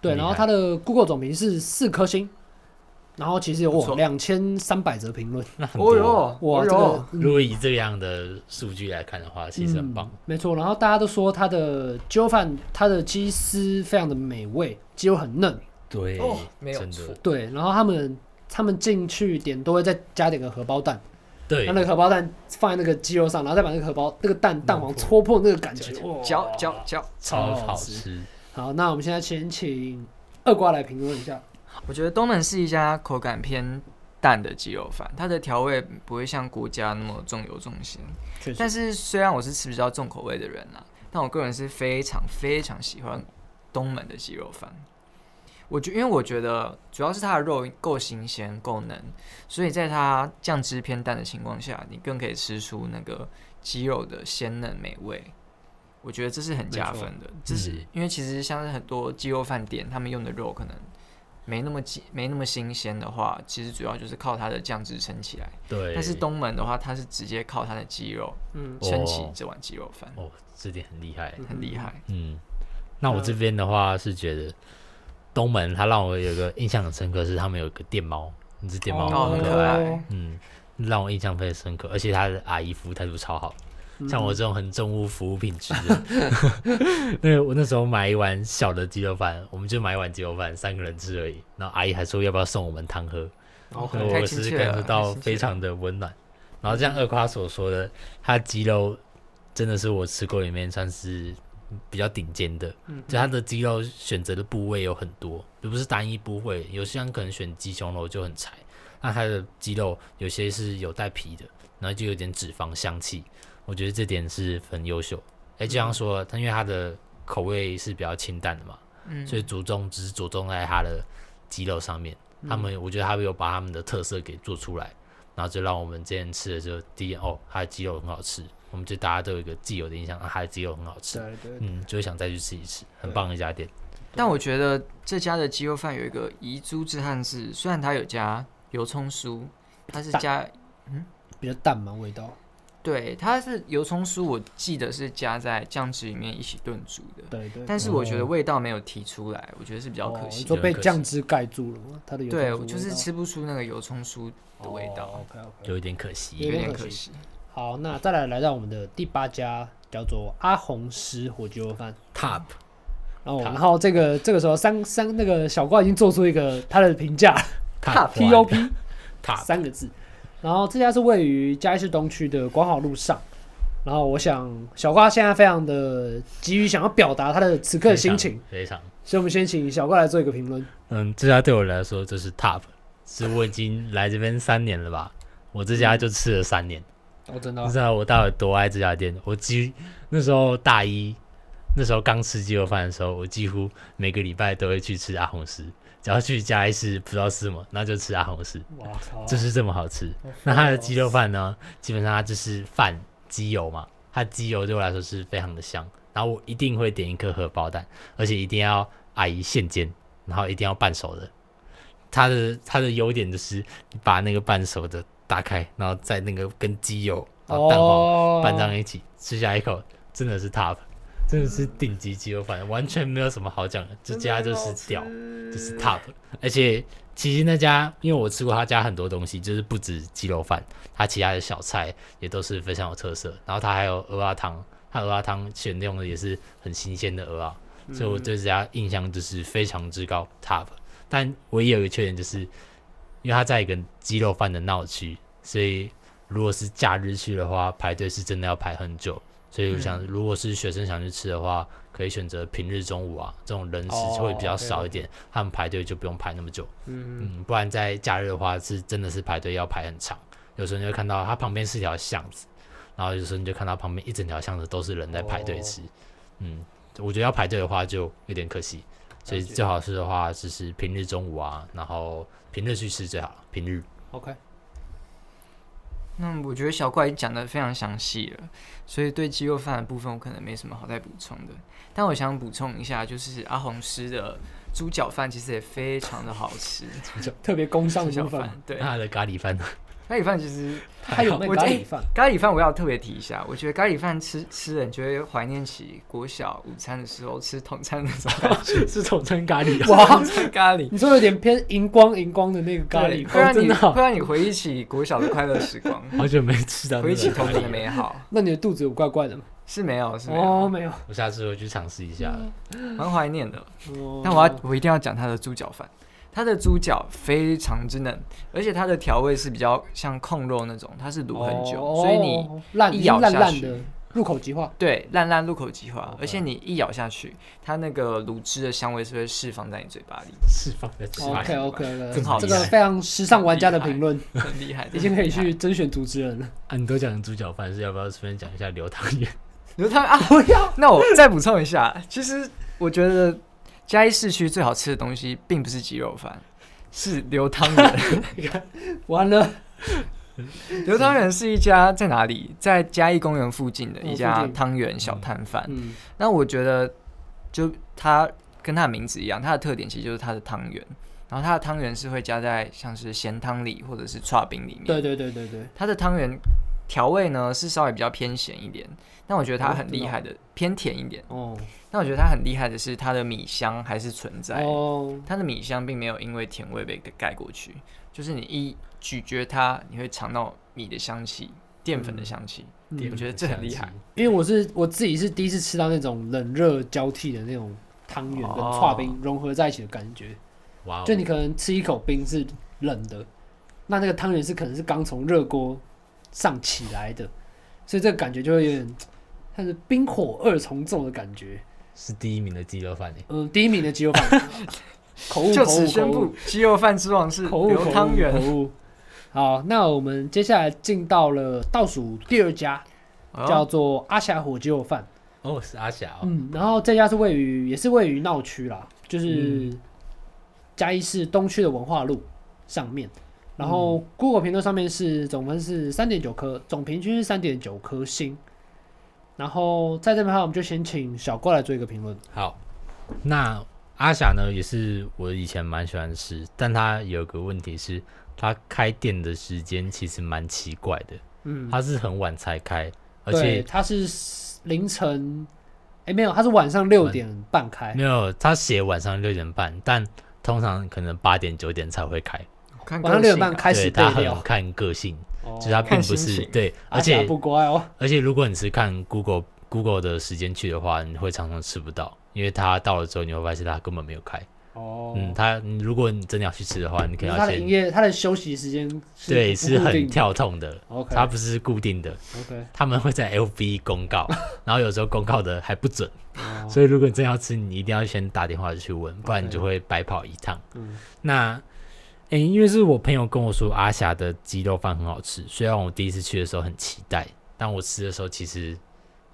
B: 对，
C: 很厉
B: 然
C: 害
B: 后他的 Google 总评是四颗星，然后其实有
A: 不错
B: 哇两千三百则评论，
C: 那很
A: 哦
C: 多。
A: 哟，
B: 哇，
A: 哦
B: 这
A: 哟
B: 个，
C: 如果以这样的数据来看的话，嗯其实很棒
B: 嗯。没错。然后大家都说他的鸡肉饭，他的鸡丝非常的美味，鸡肉很嫩。
C: 嗯对
A: 哦，没有
C: 真
A: 错
C: 的，
B: 对，然后他们他们进去点都会再加点个荷包蛋，
C: 对
B: 那，那个荷包蛋放在那个鸡肉上，然后再把那个荷包那个蛋蛋黄戳破，那个感觉哇，
A: 嚼嚼嚼，
C: 超好吃。
B: 好，那我们现在先请二瓜来评论一下。
A: 我觉得东门是一家口感偏淡的鸡肉饭，它的调味不会像国家那么重油重咸。
B: 确
A: 但是虽然我是吃比较重口味的人啊，但我个人是非常非常喜欢东门的鸡肉饭。我觉，因为我觉得主要是它的肉够新鲜、够嫩，所以在它酱汁偏淡的情况下，你更可以吃出那个鸡肉的鲜嫩美味。我觉得这是很加分的。这是因为其实像是很多鸡肉饭店，他们用的肉可能没那么鸡没那么新鲜的话，其实主要就是靠它的酱汁撑起来。
C: 对，
A: 但是东门的话，它是直接靠它的鸡肉
B: 嗯
A: 撑起
C: 哦
A: 这碗鸡肉饭，
C: 哦，这点很厉害。
A: 很厉害。
C: 嗯，那我这边的话是觉得东门，它让我有一个印象很深刻是他们有一个电猫，那只电猫
A: 哦
C: 很
A: 很
C: 可
A: 可
C: 爱，
A: 爱
C: 嗯，让我印象非常深刻。而且他的阿姨服务态度超好，像我这种很重物服务品质的 那个我那时候买一碗小的鸡肉饭，我们就买一碗鸡肉饭，三个人吃而已。然后阿姨还说要不要送我们汤喝，
B: 好可
A: 嗯
C: 那
B: 爱
A: 太
C: 我
A: 亲
C: 是
A: 切
C: 感
A: 了
C: 受
A: 太
C: 到
A: 亲
C: 非
A: 切
C: 常的温暖。然后像二瓜所说的，它鸡肉真的是我吃过里面算是比较顶尖的，
A: 嗯
C: 就它的鸡肉选择的部位有很多，就不是单一部位，有些人可能选鸡胸肉就很柴，那它的鸡肉有些是有带皮的，然后就有点脂肪香气，我觉得这点是很优秀。哎，就像说，它因为它的口味是比较清淡的嘛，
A: 嗯，
C: 所以着重只是着重在它的肌肉上面。
B: 嗯
C: 他们我觉得他们有把他们的特色给做出来，然后就让我们之前吃的就第一哦，它的鸡肉很好吃，我们就大家都有一个既有的印象，啊，它的鸡肉很好吃，
B: 对对对，
C: 嗯，就会想再去吃一次，很棒的一家店。
A: 但我觉得这家的鸡肉饭有一个遗珠之憾是，虽然它有加油葱酥，它是
B: 蛋
A: 加
B: 比较淡嘛味道，
A: 对，它是油葱酥，我记得是加在酱汁里面一起炖煮的。
B: 对对。
A: 但是我觉
C: 哦
A: 得味道没有提出来，我觉得是比较可惜
B: 哦。就
C: 的
B: 被
C: 可惜
B: 酱汁盖住了嘛，它的油
A: 对，
B: 葱酥
A: 我就是
B: 味道
A: 吃不出那个油葱酥的味道，
B: OK OK。
C: 有一点可惜
A: 有
B: 有点
A: 点可
B: 可惜
A: 惜。
B: 哦好，那再来来到我们的第八家，叫做阿红师火鸡肉饭。
C: ，Top
B: 然后，
C: 好
B: 然后这个这个时候，三三那个小瓜已经做出一个他的评价
C: Top
B: T O P
C: Top，
B: 三个字。然后这家是位于嘉义市东区的光好路上。然后我想，小瓜现在非常的急于想要表达他的此刻的心情，
C: 非常，
B: 所以我们先请小瓜来做一个评论。
C: 嗯，这家对我来说就是 Top，是我已经来这边三年了吧，我这家就吃了三年。
B: 哦，真的
A: 啊
C: 你知道我到底多爱这家店？我几那时候大一，那时候刚吃鸡肉饭的时候，我几乎每个礼拜都会去吃阿红师，只要去嘉义市不知道吃什么，那就吃阿红师，
B: 哇操！
C: 就是这么好吃。那它的鸡肉饭呢，基本上它就是饭鸡油嘛，它鸡油对我来说是非常的香。然后我一定会点一颗荷包蛋，而且一定要阿姨现煎，然后一定要半熟的。它的它的优点就是你把那个半熟的打开，然后在那个跟鸡油然后蛋黄
B: 哦，
C: 拌在一起，吃下一口真的是 top，真的是顶级鸡肉饭，完全没有什么好讲的，这家就是屌。就是 top，而且其实那家，因为我吃过他家很多东西，就是不止鸡肉饭，他其他的小菜也都是非常有特色。然后他还有鹅啊汤，他鹅啊汤选用的也是很新鲜的鹅啊，所以我对这家印象就是非常之高 top。但我也有一个缺点，就是因为它在一个鸡肉饭的闹区，所以如果是假日去的话，排队是真的要排很久。所以我想，如果是学生想去吃的话，可以选择平日中午啊，这种人时
B: 哦
C: 会比较
B: ，OK，
C: 少一点，他们排队就不用排那么久。
B: 嗯，
C: 嗯，不然在假日的话是真的是排队要排很长，有时候你会看到它旁边是条巷子，然后有时候你就看到旁边一整条巷子都是人在排队
A: 哦
C: 吃。嗯，我觉得要排队的话就有点可惜，所以
B: 了解
C: 最好是的话就是平日中午啊，然后平日去吃最好，平日。
B: OK，
A: 那我觉得小怪已经讲的非常详细了，所以对鸡肉饭的部分我可能没什么好再补充的。但我想补充一下，就是阿红师的猪脚饭其实也非常的好吃，
B: 特别工商
A: 猪
B: 的
A: 脚
B: 部分，
A: 饭 对，
C: 那它的咖喱饭呢，
A: 咖喱饭其实
B: 它有那
A: 我
B: 咖
A: 哎
B: 喱饭，
A: 咖喱饭我要特别提一下，我觉得咖喱饭吃吃了，你就会怀念起国小午餐的时候吃统餐的时候
C: 是统称咖喱啊。
B: 哇，
A: 吃咖喱
B: 你说有点偏荧光荧光的那个咖
A: 对
B: 喱，
A: 会
B: 哦，
A: 让
B: 真
A: 你
B: 的啊、
A: 会让你回忆起国小的快乐时 光，
C: 好久没吃到
A: 回忆
C: 那
A: 起
C: 种
A: 童
C: 咖
A: 年的
C: 喱，
A: 美好，
B: 那你的肚子有怪怪的吗？
A: 是没有是没
B: 哦，
A: 有，
B: 没有。
C: 我下次会去尝试一下。
A: 嗯蛮怀念的。
B: 哦
A: 但我要我一定要讲它的猪脚饭，它的猪脚非常之嫩，而且它的调味是比较像控肉那种，它是卤很久，
B: 哦
A: 所以你
B: 烂
A: 一咬
B: 烂
A: 下
B: 烂
A: 去
B: 的入口即化。
A: 对烂烂入口即化
B: 哦
C: OK，
A: 而且你一咬下去，它那个卤汁的香味是会释放在你嘴巴里，
C: 释放在吃吧
B: OK OK
C: 真
B: OK，
C: 好
B: 这
C: 吃
B: 个非常时尚玩家的
A: 厉害
B: 评论，
A: 很厉害，
B: 已经可以
A: 真的很厉
B: 去甄选主持人了。
C: 啊，你都讲猪脚饭，是要不要顺便讲一下流汤圆？
A: 害。刘 汤啊，
B: 不要，
A: 那我再补充一下，其实我觉得嘉义市区最好吃的 东西并不是鸡肉饭，是流汤圆。
B: 完了，
A: 刘汤圆是一家在哪里？在嘉义公园附近的
B: 哦
A: 一家
B: 附近
A: 汤圆小摊贩。
B: 嗯，
A: 那我觉得，就它跟它的名字一样，它的特点其实就是它的汤圆。然后它的汤圆是会加在像是咸汤里或者是刨冰里面。
B: 对对对对对，
A: 它的汤圆调味呢是稍微比较偏咸一点，但我觉得它
B: 哦
A: 很
B: 真的
A: 厉
B: 哦
A: 害的，偏甜一点。
B: 哦
A: 但我觉得它很厉害的是它的米香还是存在的。
B: 哦，
A: 它的米香并没有因为甜味被盖过去，就是你一咀嚼它，你会尝到米的香气、淀粉的香气。
B: 嗯
A: 我觉得这很厉害。
B: 因为我是我自己是第一次吃到那种冷热交替的那种汤圆跟
A: 哦
B: 刨冰融合在一起的感觉。
C: 哇哦！
B: 就你可能吃一口冰是冷的，那那个汤圆是可能是刚从热锅上起来的，所以这个感觉就会有点像是冰火二重奏的感觉。
C: 是第一名的鸡肉饭诶，
B: 嗯，第一名的鸡肉饭，口误，
A: 就
B: 口
A: 此
B: 误，口
A: 宣
B: 误
A: 布，鸡肉饭之王是
B: 口误，
A: 刘汤圆。
B: 口误。好，那我们接下来进到了倒数第二家，
A: 哦
B: 叫做阿霞火鸡肉饭。
C: 哦，是阿霞哦，
B: 嗯，然后这家是位于也是位于闹区啦，就是嘉义市东区的文化路上面。然后 Google 评论上面是总分是三点九颗，总平均是三点九颗星。然后在这边的话，我们就先请小郭来做一个评论。
C: 好，那阿霞呢，也是我以前蛮喜欢吃，但她有个问题是，她开店的时间其实蛮奇怪的，
B: 嗯，
C: 她是很晚才开，而
B: 对，
C: 且
B: 他是凌晨，哎，没有，他是晚上六
C: 晚
B: 点半开
C: 没。有她写晚上六点半，但通常可能八点九点才会开，
A: 看
B: 晚上
A: 个
B: 六
A: 性
B: 点半
A: 啊
B: 开始
C: 对
B: 备
C: 她
B: 料
C: 很，看个性，
B: 哦
C: 就是她并
A: 看
C: 不
A: 心
C: 是
A: 情
C: 对，
B: 阿
C: 而
B: 霞
C: 且
B: 不乖哦。
C: 而且如果你是看 Google Google 的时间去的话，你会常常吃不到，因为它到了之后，你会发现它根本没有开。
B: 哦，
C: 嗯，它你如果你真的要去吃的话，你可
B: 可是
C: 能
B: 他
C: 要
B: 的营
C: 先
B: 业，他的休息时间是
C: 对，
B: 不
C: 是
B: 固定
C: 很
B: 的。
C: 跳痛的，
B: OK
C: 它不是固定的，
B: OK，
C: 他们会在 FB 公 告，然后有时候公告的还不准，
B: 哦
C: 所以如果你真的要吃，你一定要先打电话去问，不然你
B: OK
C: 就会白跑一趟。
B: 嗯
C: 那诶、因为是我朋友跟我说阿霞的鸡肉饭很好吃，虽然我第一次去的时候很期待，但我吃的时候其实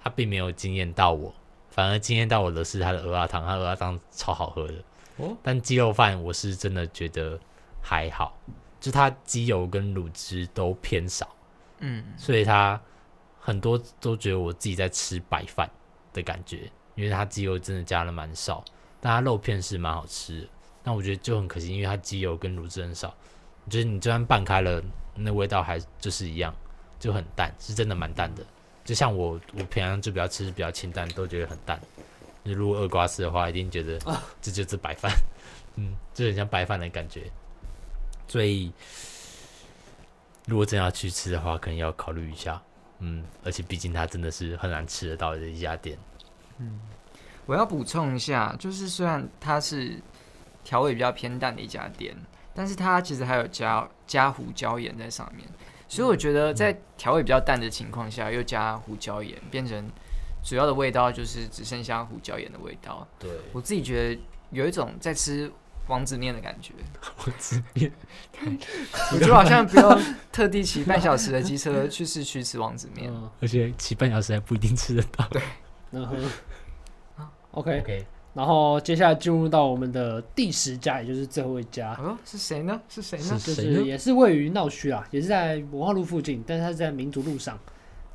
C: 它并没有惊艳到我，反而惊艳到我的是它的鹅鸭汤，它鹅鸭汤超好喝的。
A: 哦，
C: 但鸡肉饭我是真的觉得还好，就它鸡油跟卤汁都偏少，
A: 嗯，
C: 所以它很多都觉得我自己在吃白饭的感觉，因为它鸡油真的加了蛮少，但它肉片是蛮好吃的。但我觉得就很可惜，因为它鸡油跟卤汁很少，就是你就算拌开了，那味道还就是一样，就很淡，是真的蛮淡的。就像我我平常就比较吃比较清淡，都觉得很淡。你如果二瓜吃的话，一定觉得这就是白饭，嗯，就很像白饭的感觉。所以，如果真要去吃的话，可能要考虑一下。嗯，而且毕竟它真的是很难吃得到的一家店。
A: 我要补充一下，就是虽然它是调味比较偏淡的一家店，但是它其实还有加加胡椒盐在上面，所以我觉得在调味比较淡的情况下，又加胡椒盐，变成主要的味道就是只剩下胡椒盐的味道。
C: 对，
A: 我自己觉得有一种在吃王子面的感觉，
C: 我吃面，
A: 我就好像不用特地骑半小时的机车去市区吃王子面。
B: 嗯，
C: 而且骑半小时还不一定吃得到。
B: 然后 OK，
C: OK，
B: 然后接下来进入到我们的第十家，也就是最后一家，
A: 哦，是谁呢？是谁
C: 是
A: 呢？
B: 就
C: 谁呢
B: 是也是位于闹区啊，也是在文化路附近，但是它是在民族路上，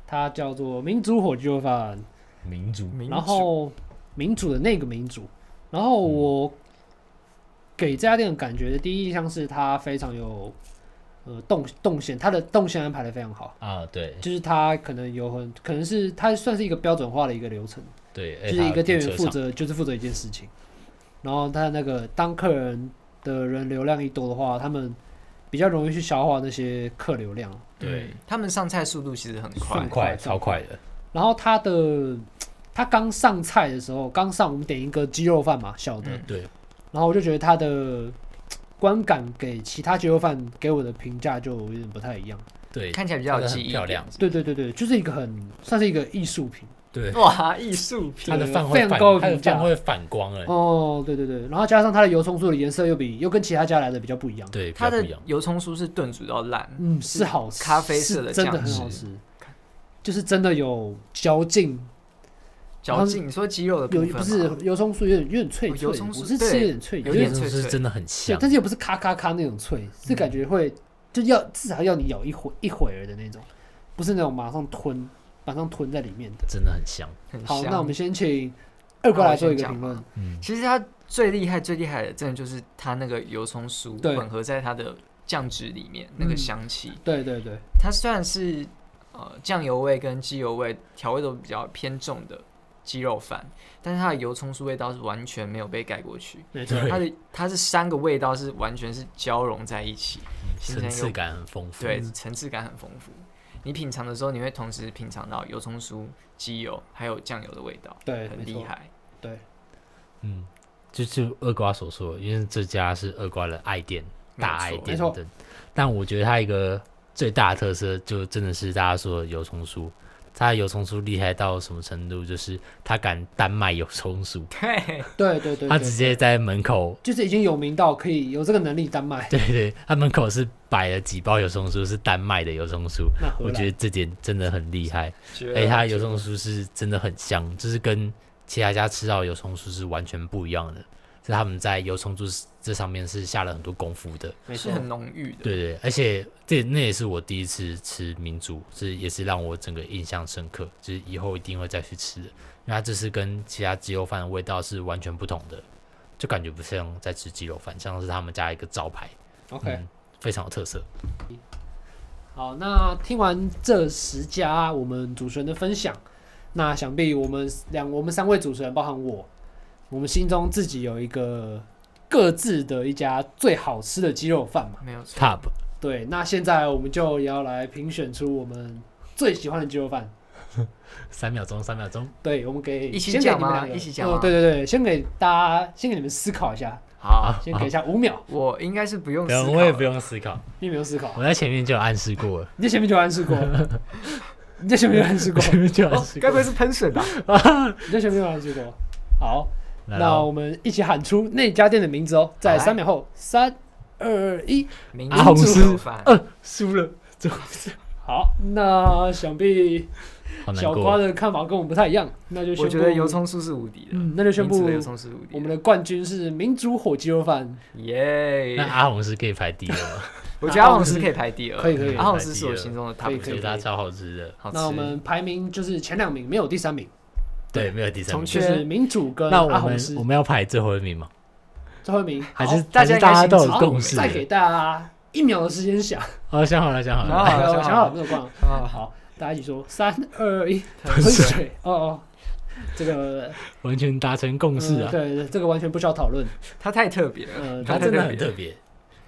B: 它叫做民族火鸡肉饭，
C: 民族
A: 民
B: 然
A: 主
B: 后民主的那个民主，然后我给这家店的感觉的第一印象是它非常有呃动动线，它的动线安排的非常好。
C: 啊，对
B: 就是它可能有很可能是它算是一个标准化的一个流程，
C: 对，
A: 哎
B: 就
C: 而且
B: 是
C: 它
B: 一
C: 有
B: 个店
C: 停
B: 员
C: 车
B: 负
C: 场，
B: 责就是负责一件事情，然后他那个当客人的人流量一多的话，他们比较容易去消化那些客流量。
C: 对
A: 嗯，他们上菜速度其实很快
C: 很
B: 算。
C: 快，
B: 快
C: 超快的。
B: 然后他的他刚上菜的时候，刚上我们点一个鸡肉饭嘛，小的，
A: 嗯
C: 对，
B: 然后我就觉得他的观感给其他鸡肉饭给我的评价就有点不太一样。
C: 对，
A: 看起来比较有
C: 真的很
A: 记忆
C: 漂
A: 点
C: 亮
B: 对对对对，就是一个很算是一个艺术品。
C: 对，
A: 哇，艺术品！
C: 它的
B: 对非
C: 饭会
B: 常
C: 反，
B: 高的
C: 它的
B: 评价
C: 饭会反光哎，
B: 哦，对对对，然后加上它的油葱酥的颜色又比又跟其他家来的比较不一样，
C: 对，比
A: 它
C: 较不
A: 的
C: 一样。
A: 油葱酥是炖煮到烂，
B: 嗯，是好吃，
A: 咖啡色的
B: 是真的
A: 酱
B: 很
C: 汁
B: 好吃，就是真的有嚼劲，
A: 嚼劲。你说鸡肉的部
B: 有
A: 分啊吗
B: 不是油葱酥有点有点脆
A: 哦
B: 脆，
A: 油葱酥
B: 我是吃有点脆，
A: 对有
B: 点
A: 点脆
C: 是
A: 脆
C: 真的很
B: 对
C: 香，
A: 嗯
B: 但是也不是咔咔咔那种脆，是感觉会就要至少要你咬一会一会儿的那种，不是那种马上吞马上吞在里面的。
C: 真的很香。
A: 很
B: 好，
A: 香
B: 那我们先请二哥来做一个评
A: 那我
B: 论
A: 先。
C: 嗯，
A: 其实它最厉害、最厉害的，真的就是它那个油葱酥
B: 对
A: 混合在它的酱汁里面那个
B: 嗯
A: 香气。
B: 对对对，
A: 它虽然是呃酱油味跟鸡油味调味都比较偏重的鸡肉饭，但是它的油葱酥味道是完全没有被盖过去，
B: 没错。
C: 对
A: 它的它是三个味道是完全是交融在一起，形成一
C: 层
A: 个
C: 次感很丰
B: 嗯
C: 富。
A: 对，层次感很丰富。你品尝的时候，你会同时品尝到油葱酥、鸡油还有酱油的味道，
B: 对，
A: 很
B: 没
A: 厉
B: 错。
A: 害。
B: 对，
C: 嗯，就就二瓜所说的，因为这家是二瓜的爱店，
A: 没有
C: 大爱
A: 错
C: 店
B: 没错
C: 的。但我觉得它一个最大的特色，就真的是大家说的油葱酥。它的油葱酥厉害到什么程度？就是它敢单卖油葱酥，
A: 对，
B: 对对对
C: 它
B: 对，
C: 直接在门口，
B: 就是已经有名到可以有这个能力单卖。
C: 对对，它门口是摆了几包油葱酥，是单卖的油葱酥。
B: 那荷
C: 我觉
B: 兰
C: 得这点真的很厉害。哎、
A: 哎
C: 它的油葱酥是真的很香，就是跟其他家吃到的油葱酥是完全不一样的，是他们在油葱酥这上面是下了很多功夫的。
B: 没
A: 是
B: 错，
A: 很浓郁的，
C: 对对，而且这那也是我第一次吃民族，是也是让我整个印象深刻，就是以后一定会再去吃的。那这是跟其他鸡肉饭的味道是完全不同的，就感觉不像在吃鸡肉饭，像是他们家一个招牌。
B: OK。
C: 嗯，非常有特色。
B: 好，那听完这十家我们主持人的分享，那想必我们两我们三位主持人，包含我，我们心中自己有一个各自的一家最好吃的鸡肉饭嘛。
A: 没有错。
C: Top，
B: 对，那现在我们就也要来评选出我们最喜欢的鸡肉饭。
C: 三秒钟，三秒钟。
B: 对，我们给
A: 一起
B: 先给
A: 讲
B: 你们
A: 吗
B: 两个，
A: 一起讲
B: 哦
A: 吗
B: 对对对，先给大家，先给你们思考一下，
A: 好，
B: 先给一下五秒，
A: 我应该是不用
C: 不
A: 思考哦
C: 用，
A: 了，
C: 啊我也不用思考，
B: 你有没有思考？
C: 我在前面就有暗示过了，
B: 你在前面就有暗示 过，你在前面就有暗示
C: 我
B: 过，
C: 前面就有暗
A: 哦
C: 示过
A: 该。不会是喷水吧？
B: 你在前面就有暗示过。好，
C: 来
B: 那
C: 咯
B: 我们一起喊出那家店的名字哦，在
A: 好
B: 三秒后，三、二、一，
A: 民
C: 阿红
A: 族
C: 是
A: 肉饭
B: 呃
C: 输了，
B: 好。那想必
C: 好难
B: 小瓜
C: 过。
B: 的看法跟我们不太一样，那就宣布
A: 我觉得油，葱酥是无敌的，
B: 嗯，那就宣
A: 民族
B: 布
A: 的油葱是无敌
B: 我们
A: 的，
B: 的冠军是民族火鸡肉饭，
A: 耶
C: 那！阿红是可以排第二吗？
A: 我觉得阿红是可以排第二，
B: 可以可以
A: 阿红是是我心中的
B: 可以
A: top，
B: 可以
C: 觉得它超好吃的。
A: 好
B: 那我们
A: 吃。
B: 排名就是前两名，没有第三名，
C: 对，没有第三
A: 从
C: 名。
A: 缺
B: 就是民主跟
C: 那
B: 阿
C: 我
B: 红
C: 们
B: 是
C: 我们要排最后一名吗？
B: 最后一名，
C: 还
B: 好
C: 是
A: 大
C: 还是
A: 家应该
C: 大家
A: 心
C: 都
A: 知
C: 有
A: 肚
C: 共
A: 明
C: 识
B: 再给
C: 的？
B: 大家一秒的时间想，
C: 好，想好了，啊哎想好
A: 好
C: 了。
A: 好
B: 对
A: 好
B: 我想好没有逛了，
A: 啊，
B: 好，大家一起说三二一，
A: 喷
B: 喷
A: 水
B: 水，哦哦，这个
C: 完全达成共识
B: 嗯
C: 啊！
B: 对，对这个完全不需要讨论，
A: 它太特别了，
B: 呃，
C: 它
B: 它
A: 太
B: 真
C: 真
B: 的
C: 的
A: 特
C: 很
A: 别
C: 特别，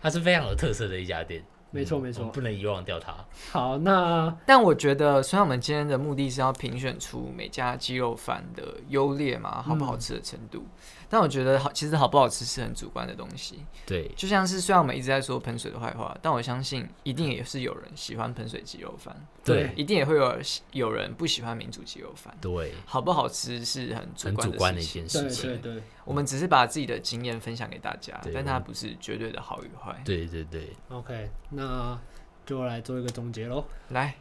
C: 它是非常有特色的一家店。
B: 没错
C: 嗯
B: 没错
C: 我们不能遗忘掉它。
B: 好，那
A: 但我觉得，虽然我们今天的目的是要评选出每家鸡肉饭的优劣嘛，好不
C: 嗯
A: 好吃的程度，但我觉得好，其实好不好吃是很主观的东西。
C: 对，
A: 就像是虽然我们一直在说喷水的坏话，但我相信一定也是有人喜欢喷水鸡肉饭，
C: 对，
A: 一定也会有有人不喜欢民主鸡肉饭。
C: 对，
A: 好不好吃是很主
C: 很主观
A: 观
C: 的
A: 的
C: 一
A: 事情
C: 件
B: 对
C: 事
B: 对
C: 情。
B: 对，
A: 我们只是把自己的经验分享给大家
C: 对，
A: 但
C: 我
A: 它
C: 们
A: 不是绝对的好与坏。
C: 对对对，
B: OK，那就来做一个总结喽。
A: 来，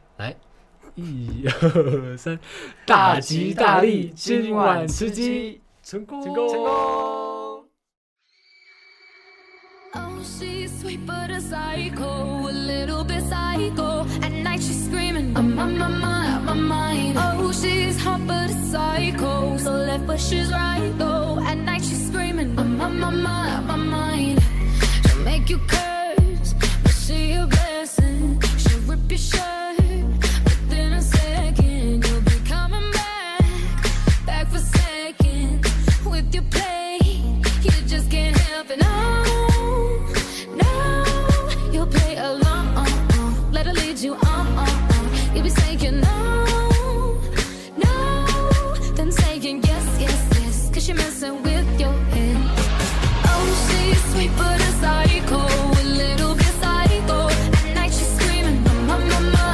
C: 一二三，大吉大利，今晚吃鸡。
B: 成功
C: 成功
A: 成功。
D: Oh, she's sweet but a psycho, a little bit psycho. At night she's screaming, I'm on my mind, out my mind. Oh, she's hot but a psycho, so left but she's right though. At night she's screaming, I'm on my mind, out my mind. She'll make you curse, but she a blessing. She'll rip your shirt within a second. You'll be coming back back for second with your play. You just can't help it. No, no, you'll play along. Let her lead you on. You'll be saying no, no, then saying yes, yes, yes. Cause you're messing with your head. Oh, she's sweet but a psycho, a little bit psycho. At night she's screaming, mama, mama, Oh,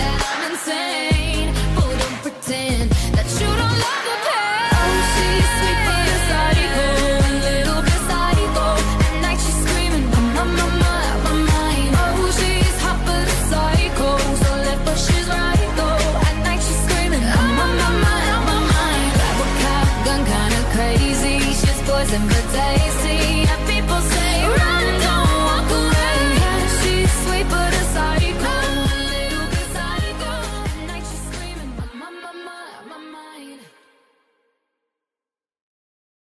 D: Oh, Oh, "Oh, and good days.